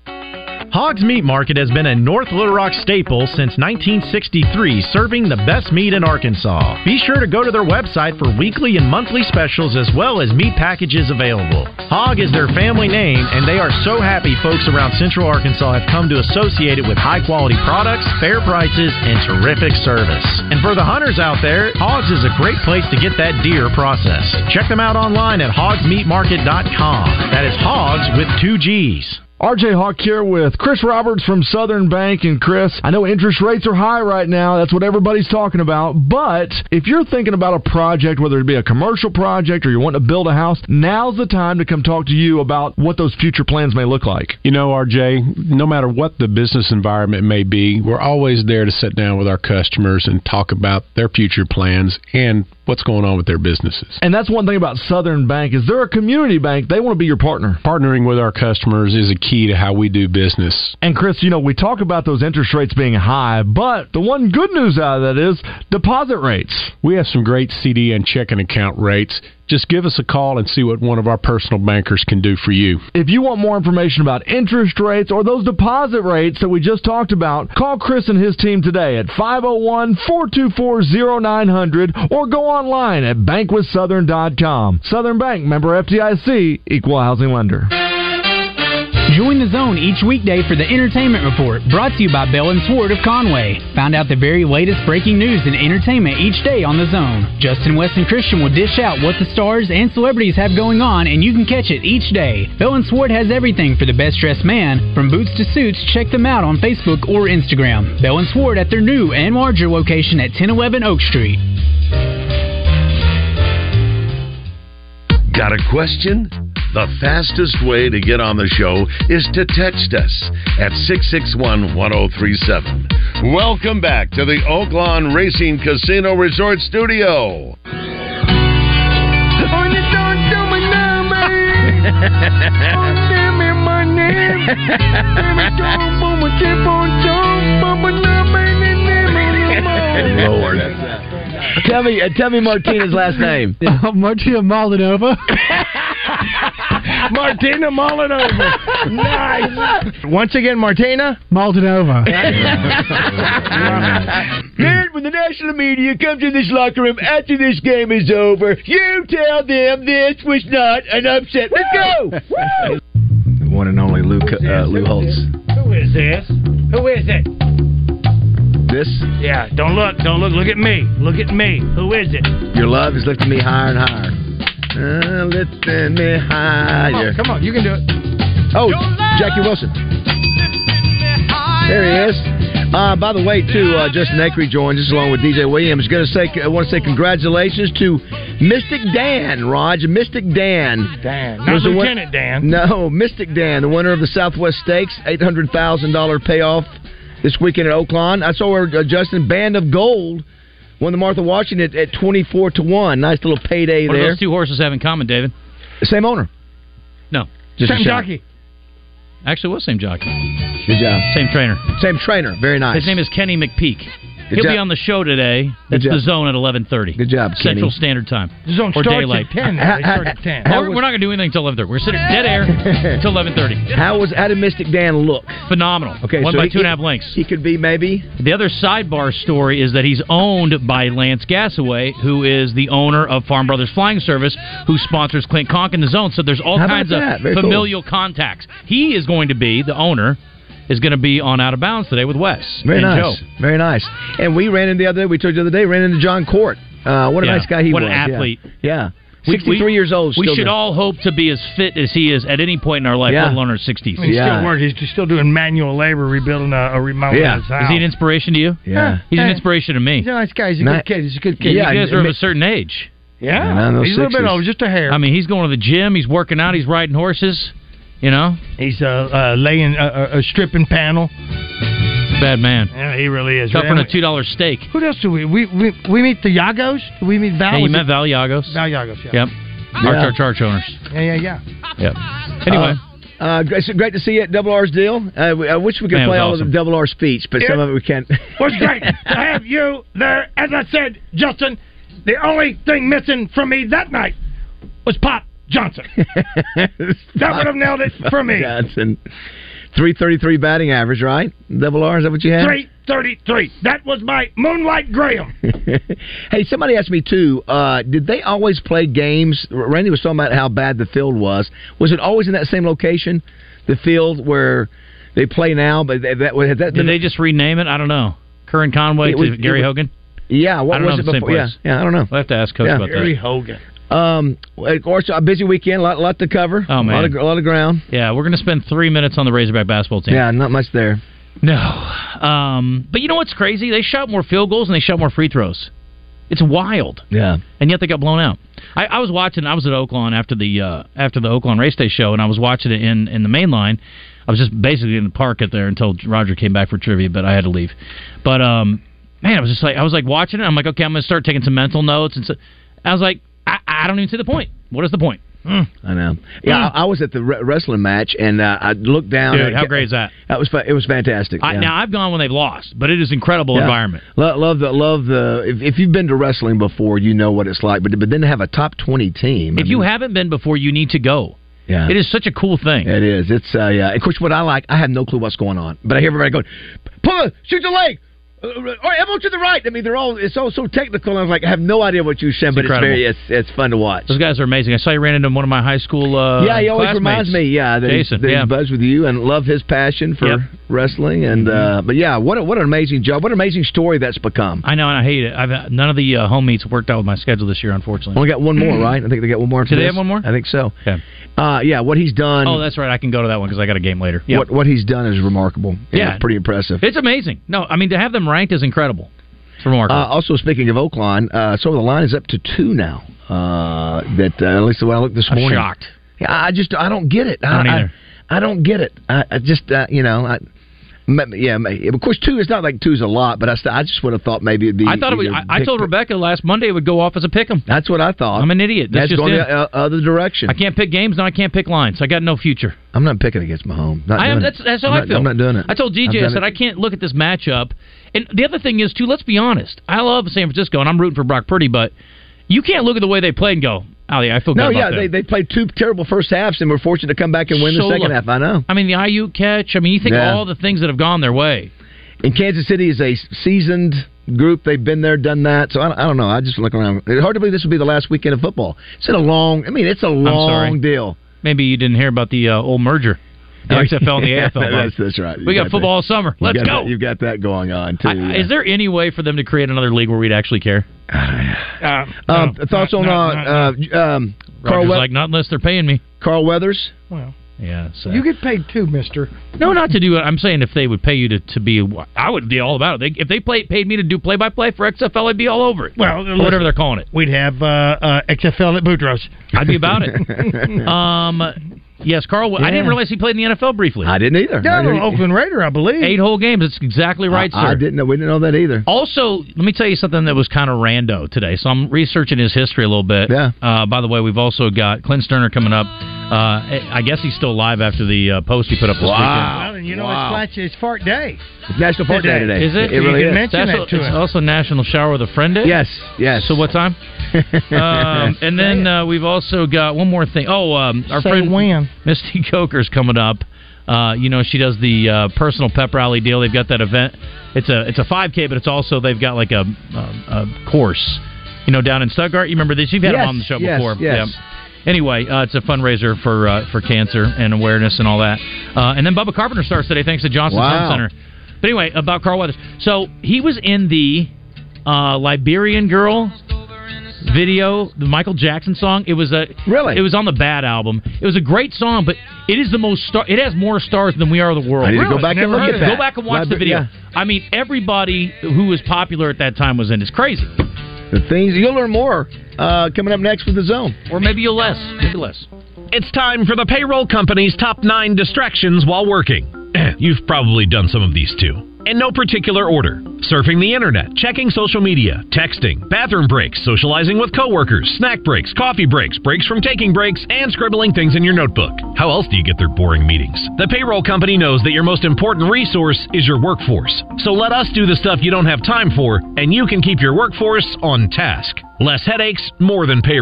[SPEAKER 22] Hogs Meat Market has been a North Little Rock staple since 1963, serving the best meat in Arkansas. Be sure to go to their website for weekly and monthly specials as well as meat packages available. Hog is their family name, and they are so happy folks around Central Arkansas have come to associate it with high quality products, fair prices, and terrific service. And for the hunters out there, Hogs is a great place to get that deer processed. Check them out online at hogsmeatmarket.com. That is Hogs with two G's.
[SPEAKER 23] RJ Hawk here with Chris Roberts from Southern Bank. And Chris, I know interest rates are high right now. That's what everybody's talking about. But if you're thinking about a project, whether it be a commercial project or you want to build a house, now's the time to come talk to you about what those future plans may look like.
[SPEAKER 24] You know, RJ, no matter what the business environment may be, we're always there to sit down with our customers and talk about their future plans and what's going on with their businesses.
[SPEAKER 23] And that's one thing about Southern Bank is they're a community bank. They want to be your partner.
[SPEAKER 24] Partnering with our customers is a key to how we do business.
[SPEAKER 23] And Chris, you know, we talk about those interest rates being high, but the one good news out of that is deposit rates.
[SPEAKER 24] We have some great CD and checking account rates. just give us a call and see what one of our personal bankers can do for you.
[SPEAKER 23] If you want more information about interest rates or those deposit rates that we just talked about, call Chris and his team today at 501 424 0900 or go online at bankwithsouthern.com. Southern Bank member FDIC, equal housing lender.
[SPEAKER 6] Join the zone each weekday for the Entertainment Report, brought to you by Bell and Sword of Conway. Find out the very latest breaking news and entertainment each day on the zone. Justin West and Christian will dish out what the stars and celebrities have going on, and you can catch it each day. Bell and Sword has everything for the best dressed man, from boots to suits. Check them out on Facebook or Instagram. Bell and Sword at their new and larger location at 1011 Oak Street.
[SPEAKER 1] Got a question? The fastest way to get on the show is to text us at 661 1037. Welcome back to the Oaklawn Racing Casino Resort Studio.
[SPEAKER 3] On the don't do my number. oh, give me my name. Give me don't boom, keep on don't boom, my number, my name, my number.
[SPEAKER 23] Lord.
[SPEAKER 4] tell me, uh, tell me Martinez's last name.
[SPEAKER 23] Martina Molinova.
[SPEAKER 5] Martina Molinova. nice. Once again, Martina
[SPEAKER 23] Molinova.
[SPEAKER 4] Then, when the national media comes in this locker room after this game is over, you tell them this was not an upset. Let's go.
[SPEAKER 7] The one and only Lou, uh, Lou Holtz.
[SPEAKER 2] Who is this? Who is it?
[SPEAKER 7] This,
[SPEAKER 2] Yeah, don't look, don't look. Look at me. Look at me. Who is it?
[SPEAKER 7] your love is lifting me higher and higher. Uh, lifting me higher.
[SPEAKER 2] Come on, you can do it.
[SPEAKER 7] Oh, Jackie Wilson.
[SPEAKER 4] There he is. Uh, by the way, too, uh, Justin Eckery joins us along with DJ Williams. Going to say, I want to say congratulations to Mystic Dan, Raj. Mystic Dan. Dan.
[SPEAKER 2] Not Lieutenant Dan.
[SPEAKER 4] No, Mystic Dan, the winner of the Southwest Stakes, eight hundred thousand dollar payoff this weekend at Oakland. I saw where uh, Justin Band of Gold won the Martha Washington at, at twenty four to one. Nice little payday
[SPEAKER 13] What do
[SPEAKER 4] there.
[SPEAKER 13] those two horses have in common, David?
[SPEAKER 4] Same owner.
[SPEAKER 13] No.
[SPEAKER 4] Just a Same shot. jockey.
[SPEAKER 13] Actually, it was same jockey.
[SPEAKER 4] Good job.
[SPEAKER 13] Same trainer.
[SPEAKER 4] Same trainer. Very nice.
[SPEAKER 13] His name is Kenny McPeak. He'll
[SPEAKER 4] job.
[SPEAKER 13] be on the show today.
[SPEAKER 4] Good
[SPEAKER 13] That's the
[SPEAKER 4] job.
[SPEAKER 13] zone at eleven thirty. Good
[SPEAKER 4] job,
[SPEAKER 13] Central
[SPEAKER 4] Kenny.
[SPEAKER 13] Standard Time.
[SPEAKER 4] The zone
[SPEAKER 13] or
[SPEAKER 4] starts at
[SPEAKER 13] daylight.
[SPEAKER 4] 10. They start at 10.
[SPEAKER 13] Or we're not going to do anything until eleven thirty. We're sitting dead air until eleven thirty.
[SPEAKER 4] How was how did Mystic Dan look?
[SPEAKER 13] Phenomenal.
[SPEAKER 4] Okay,
[SPEAKER 13] Won
[SPEAKER 4] so
[SPEAKER 13] by
[SPEAKER 4] he-
[SPEAKER 13] two and a half lengths.
[SPEAKER 4] He could be maybe.
[SPEAKER 13] The other sidebar story is that he's owned by Lance Gassaway, who is the owner of Farm Brothers Flying Service, who sponsors Clint Conk in the zone. So there's all
[SPEAKER 4] How about
[SPEAKER 13] kinds of
[SPEAKER 4] that? Very cool.
[SPEAKER 13] familial contacts. He is going to be the owner. Is going to be on out of bounds today with Wes
[SPEAKER 4] Very
[SPEAKER 13] and
[SPEAKER 4] nice.
[SPEAKER 13] Joe.
[SPEAKER 4] Very nice. And we ran in the other day, we told you the other day, ran into John Court. Uh, what a
[SPEAKER 13] Yeah.
[SPEAKER 4] nice guy he
[SPEAKER 13] What
[SPEAKER 4] was.
[SPEAKER 13] an
[SPEAKER 4] yeah.
[SPEAKER 13] athlete.
[SPEAKER 4] Yeah.
[SPEAKER 13] We-
[SPEAKER 4] 63
[SPEAKER 13] we-
[SPEAKER 4] years old.
[SPEAKER 13] We
[SPEAKER 4] still
[SPEAKER 13] should
[SPEAKER 4] doing-
[SPEAKER 13] all hope to be as fit as he is at any point in our life,
[SPEAKER 4] Yeah.
[SPEAKER 13] let alone our sixties.
[SPEAKER 5] I mean, he's still working. He's still doing manual labor, rebuilding a, a remodel of his house.
[SPEAKER 13] Is he an inspiration to you?
[SPEAKER 5] Yeah.
[SPEAKER 13] He's an
[SPEAKER 5] Yeah.
[SPEAKER 13] inspiration to
[SPEAKER 5] He's
[SPEAKER 13] me.
[SPEAKER 5] a nice guy. He's a
[SPEAKER 13] Not-
[SPEAKER 5] good kid. He's a good kid.
[SPEAKER 13] Yeah, you guys are of a certain age.
[SPEAKER 5] Yeah. Yeah, in those He's a little bit 60s. older, just a hair.
[SPEAKER 13] oh I mean, he's going to the gym. He's working out. He's riding horses. You know,
[SPEAKER 5] he's uh, uh, laying a, a stripping panel.
[SPEAKER 13] bad man.
[SPEAKER 5] Yeah, he really is.
[SPEAKER 13] Covering
[SPEAKER 5] Man,
[SPEAKER 13] a two dollar steak.
[SPEAKER 5] Who else do we we we, we meet the Yagos? Do we meet Val?
[SPEAKER 13] Hey, you
[SPEAKER 5] Was
[SPEAKER 13] met
[SPEAKER 5] it-
[SPEAKER 13] Val Yagos?
[SPEAKER 5] Val Yagos. Yeah.
[SPEAKER 13] Yep. Arch Arch Arch owners.
[SPEAKER 5] Yeah, yeah, yeah.
[SPEAKER 13] Yep. Anyway.
[SPEAKER 4] Uh, uh, great- so great to see you at Double R's deal. Uh, we- I wish we could
[SPEAKER 13] Man, it
[SPEAKER 4] play
[SPEAKER 13] was
[SPEAKER 4] all
[SPEAKER 13] awesome.
[SPEAKER 4] of the Double R speech, but some of it we can't.
[SPEAKER 2] was great to have you there. As I said, Justin, the only thing missing from me that night was Pop Johnson. that would have nailed it for me.
[SPEAKER 4] Johnson. 333 batting average, right? Double R, is that what you had?
[SPEAKER 2] Three thirty-three. That was my Moonlight Graham.
[SPEAKER 4] hey, somebody asked me too. Uh, did they always play games? Randy was talking about how bad the field was. Was it always in that same location, the field where they play now? But that, that had that
[SPEAKER 13] Did
[SPEAKER 4] been-
[SPEAKER 13] they just rename it? I don't know. Curran Conway
[SPEAKER 4] It was-
[SPEAKER 13] to Gary
[SPEAKER 4] it was-
[SPEAKER 13] Hogan.
[SPEAKER 4] Yeah, what
[SPEAKER 13] I don't know
[SPEAKER 4] was it
[SPEAKER 13] if it's the
[SPEAKER 4] before?
[SPEAKER 13] same
[SPEAKER 4] Yeah,
[SPEAKER 13] place.
[SPEAKER 4] yeah, I don't know.
[SPEAKER 13] We'll have to ask Coach
[SPEAKER 4] Yeah.
[SPEAKER 13] about that.
[SPEAKER 4] Gary
[SPEAKER 13] Hogan.
[SPEAKER 4] Um, of course, a busy weekend, a lot, lot to cover.
[SPEAKER 13] Oh,
[SPEAKER 4] a lot of,
[SPEAKER 13] man.
[SPEAKER 4] a lot of ground.
[SPEAKER 13] Yeah, we're going to spend three minutes on the Razorback basketball team.
[SPEAKER 4] Yeah, not much there.
[SPEAKER 13] No. Um, but you know what's crazy? They shot more field goals and they shot more free throws. It's wild.
[SPEAKER 4] Yeah.
[SPEAKER 13] And yet they got blown out. I, I was watching. I was at Oakland after the uh, after the Oakland race day show, and I was watching it in in the main line. I was just basically in the park at there until Roger came back for trivia, but I had to leave. But um, man, I was just like I was like watching it. I'm like, okay, I'm going to start taking some mental notes, and so I was like, I, I don't even see the point. What is the point?
[SPEAKER 4] I know. Yeah, I, I was at the re- wrestling match and uh, I looked down.
[SPEAKER 13] Hmm. Dude,
[SPEAKER 4] at-
[SPEAKER 13] how great is that?
[SPEAKER 4] That was fa- it was fantastic.
[SPEAKER 13] I,
[SPEAKER 4] yeah.
[SPEAKER 13] Now I've gone when they've lost, but it is incredible
[SPEAKER 4] Yeah.
[SPEAKER 13] environment.
[SPEAKER 4] Lo- love the love the. If, if you've been to wrestling before, you know what it's like. But but then to have a top twenty team. I
[SPEAKER 13] If you
[SPEAKER 4] mean,
[SPEAKER 13] haven't been before, you need to go.
[SPEAKER 4] Yeah.
[SPEAKER 13] It is such a cool thing.
[SPEAKER 4] it is. It's uh, yeah. Of course, what I like, I have no clue what's going on, but I hear everybody going, pull, a, shoot your leg. Uh, Or elbow to the right. I mean, they're all it's all so technical. I'm like, I have no idea what you said, but
[SPEAKER 13] incredible.
[SPEAKER 4] it's very it's it's fun to watch.
[SPEAKER 13] Those guys are amazing. I saw you ran into one of my high school. Uh,
[SPEAKER 4] yeah, he always
[SPEAKER 13] classmates.
[SPEAKER 4] reminds me. Yeah, that
[SPEAKER 13] Jason.
[SPEAKER 4] he's, that
[SPEAKER 13] yeah.
[SPEAKER 4] he's buzzed with you and love his passion for
[SPEAKER 13] Yep. Mm-hmm.
[SPEAKER 4] wrestling. And uh, but yeah, what a, what an amazing job! What an amazing story that's become.
[SPEAKER 13] I know, and I hate it. I've none of the uh, home meets worked out with my schedule this year, unfortunately.
[SPEAKER 4] Only got one more, right? I think they got one more. after
[SPEAKER 13] Mm-hmm. Do they
[SPEAKER 4] this.
[SPEAKER 13] have one more?
[SPEAKER 4] I think so.
[SPEAKER 13] Yeah.
[SPEAKER 4] Uh, yeah, what he's done.
[SPEAKER 13] Oh, that's right. I can go to that one because I got a game later. Yeah.
[SPEAKER 4] What what he's done is remarkable.
[SPEAKER 13] Yeah.
[SPEAKER 4] it's pretty impressive.
[SPEAKER 13] It's amazing. No, I mean to have them ranked is incredible. It's
[SPEAKER 4] Uh,
[SPEAKER 13] remarkable.
[SPEAKER 4] also, speaking of Oakline, uh, so the line is up to two now. Uh, that uh, at least the way I looked this
[SPEAKER 13] I'm
[SPEAKER 4] morning.
[SPEAKER 13] shocked.
[SPEAKER 4] Yeah, I I just I don't get it. I
[SPEAKER 13] Don't
[SPEAKER 4] I,
[SPEAKER 13] either.
[SPEAKER 4] I don't get it. I, I just uh, you know I. m- Yeah, m- of course. Two is not like two's a lot, but I, st- I just would have thought maybe it'd be.
[SPEAKER 13] I thought it was.
[SPEAKER 4] either
[SPEAKER 13] I, I
[SPEAKER 4] pick-
[SPEAKER 13] told Rebecca last Monday it would go off as a pick'em.
[SPEAKER 4] That's what I thought.
[SPEAKER 13] I'm an idiot. That's,
[SPEAKER 4] That's uh,
[SPEAKER 13] just
[SPEAKER 4] going
[SPEAKER 13] it.
[SPEAKER 4] the o- other direction.
[SPEAKER 13] I can't pick games. Now I can't pick lines. I got no future.
[SPEAKER 4] I'm not picking against Mahomes. Not
[SPEAKER 13] I am.
[SPEAKER 4] doing it.
[SPEAKER 13] That's that's how
[SPEAKER 4] I'm
[SPEAKER 13] I
[SPEAKER 4] not-
[SPEAKER 13] feel.
[SPEAKER 4] I'm not doing it.
[SPEAKER 13] I told DJ.
[SPEAKER 4] I've
[SPEAKER 13] I
[SPEAKER 4] done
[SPEAKER 13] said
[SPEAKER 4] it.
[SPEAKER 13] I can't look at this matchup. And the other thing is too. Let's be honest. I love San Francisco, and I'm rooting for Brock Purdy, but you can't look at the way they play and go, "Oh yeah, I feel
[SPEAKER 4] No,
[SPEAKER 13] good
[SPEAKER 4] yeah,
[SPEAKER 13] about
[SPEAKER 4] they,
[SPEAKER 13] them."
[SPEAKER 4] they played two terrible first halves and were fortunate to come back and win
[SPEAKER 13] So
[SPEAKER 4] the second
[SPEAKER 13] low.
[SPEAKER 4] half. I know.
[SPEAKER 13] I mean, the IU catch. I mean, you think
[SPEAKER 4] Yeah.
[SPEAKER 13] all the things that have gone their way.
[SPEAKER 4] And Kansas City is a seasoned group. They've been there, done that. So I, I don't know. I just look around. It's hard to believe this would be the last weekend of football. It's been a long. I mean, it's a
[SPEAKER 13] sorry.
[SPEAKER 4] long deal.
[SPEAKER 13] Maybe you didn't hear about the uh, old merger, the
[SPEAKER 4] Oh,
[SPEAKER 13] XFL
[SPEAKER 4] yeah,
[SPEAKER 13] and the AFL.
[SPEAKER 4] That's, that's right.
[SPEAKER 13] We
[SPEAKER 4] You
[SPEAKER 13] got, football all
[SPEAKER 4] that.
[SPEAKER 13] summer.
[SPEAKER 4] You
[SPEAKER 13] Let's
[SPEAKER 4] got
[SPEAKER 13] go.
[SPEAKER 4] that- you've got that going on too. yeah.
[SPEAKER 13] Is there any way for them to create another league where we'd actually care?
[SPEAKER 2] Uh,
[SPEAKER 4] um, thoughts on uh, uh, um, Carl,
[SPEAKER 13] Rogers
[SPEAKER 4] We-
[SPEAKER 13] like not unless they're paying me.
[SPEAKER 4] Carl Weathers?
[SPEAKER 2] Well,
[SPEAKER 13] Yeah. So.
[SPEAKER 2] you get paid too, Mister.
[SPEAKER 13] no, not to do it. I'm saying if they would pay you to, to be, I would be all about it. They, if they play, paid me to do play by play for XFL, I'd be all over it.
[SPEAKER 2] Well,
[SPEAKER 13] or whatever they're calling it.
[SPEAKER 2] We'd have uh, uh, XFL at Boudreaux's. Uh,
[SPEAKER 13] I'd be about it. um, yes, Carl. I didn't
[SPEAKER 2] Yeah.
[SPEAKER 13] realize he played in the NFL briefly.
[SPEAKER 4] I didn't either.
[SPEAKER 2] Yeah,
[SPEAKER 4] I didn't-
[SPEAKER 2] Oakland Raider, I believe.
[SPEAKER 13] Eight whole games. That's exactly right,
[SPEAKER 4] I, I
[SPEAKER 13] sir.
[SPEAKER 4] didn't know. We didn't know that either.
[SPEAKER 13] Also, let me tell you something that was kind of rando today. So I'm researching his history a little bit. Yeah. Uh, by the way, we've also got Clint Sterner coming up. Uh, I guess he's still live after the uh, post he put up this
[SPEAKER 2] Well, and you know, it's, flat, it's fart day.
[SPEAKER 4] It's National Fart Day today.
[SPEAKER 13] Is it?
[SPEAKER 4] It really
[SPEAKER 13] you
[SPEAKER 4] is.
[SPEAKER 13] mention
[SPEAKER 4] That's
[SPEAKER 13] that
[SPEAKER 4] what-
[SPEAKER 13] to It's also National Shower with a Friend Day.
[SPEAKER 4] Yes, yes.
[SPEAKER 13] So what time? um, and then uh, we've also got one more thing. Oh, um, our
[SPEAKER 2] Say
[SPEAKER 13] friend
[SPEAKER 2] when.
[SPEAKER 13] Misty Coker's coming up. Uh, you know, she does the uh, personal pep rally deal. They've got that event. It's a it's a 5K, but it's also they've got like a, a, a course. You know, down in Stuttgart. You remember this? You've had
[SPEAKER 4] Yes,
[SPEAKER 13] him on the show
[SPEAKER 4] yes,
[SPEAKER 13] before.
[SPEAKER 4] yes.
[SPEAKER 13] Anyway, uh, it's a fundraiser for uh, for cancer and awareness and all that. Uh, and then Bubba Carpenter starts today, thanks to Johnson
[SPEAKER 4] Wow.
[SPEAKER 13] Sun Center. But anyway, about Carl Weathers. So he was in the uh, Liberian Girl video, the Michael Jackson song. It was a really. It was on the Bad album. It was a great song, but it is the most star. It has more stars than We Are the World.
[SPEAKER 4] I need to go Really? back and Never look heard at of that.
[SPEAKER 13] Go back and watch the
[SPEAKER 4] Liber-
[SPEAKER 13] video.
[SPEAKER 4] yeah.
[SPEAKER 13] I mean, everybody who was popular at that time was in. It's crazy,
[SPEAKER 4] The things you'll learn more uh, coming up next with the zone.
[SPEAKER 13] or maybe you less, maybe less.
[SPEAKER 25] It's time for the payroll company's top nine distractions while working. You've probably done some of these too. In no particular order surfing the internet, checking social media, texting, bathroom breaks, socializing with coworkers, snack breaks, coffee breaks, breaks from taking breaks, and scribbling things in your notebook. How else do you get through boring meetings? The payroll company knows that your most important resource is your workforce. So let us do the stuff you don't have time for, and you can keep your workforce on task. Less headaches, more than payroll.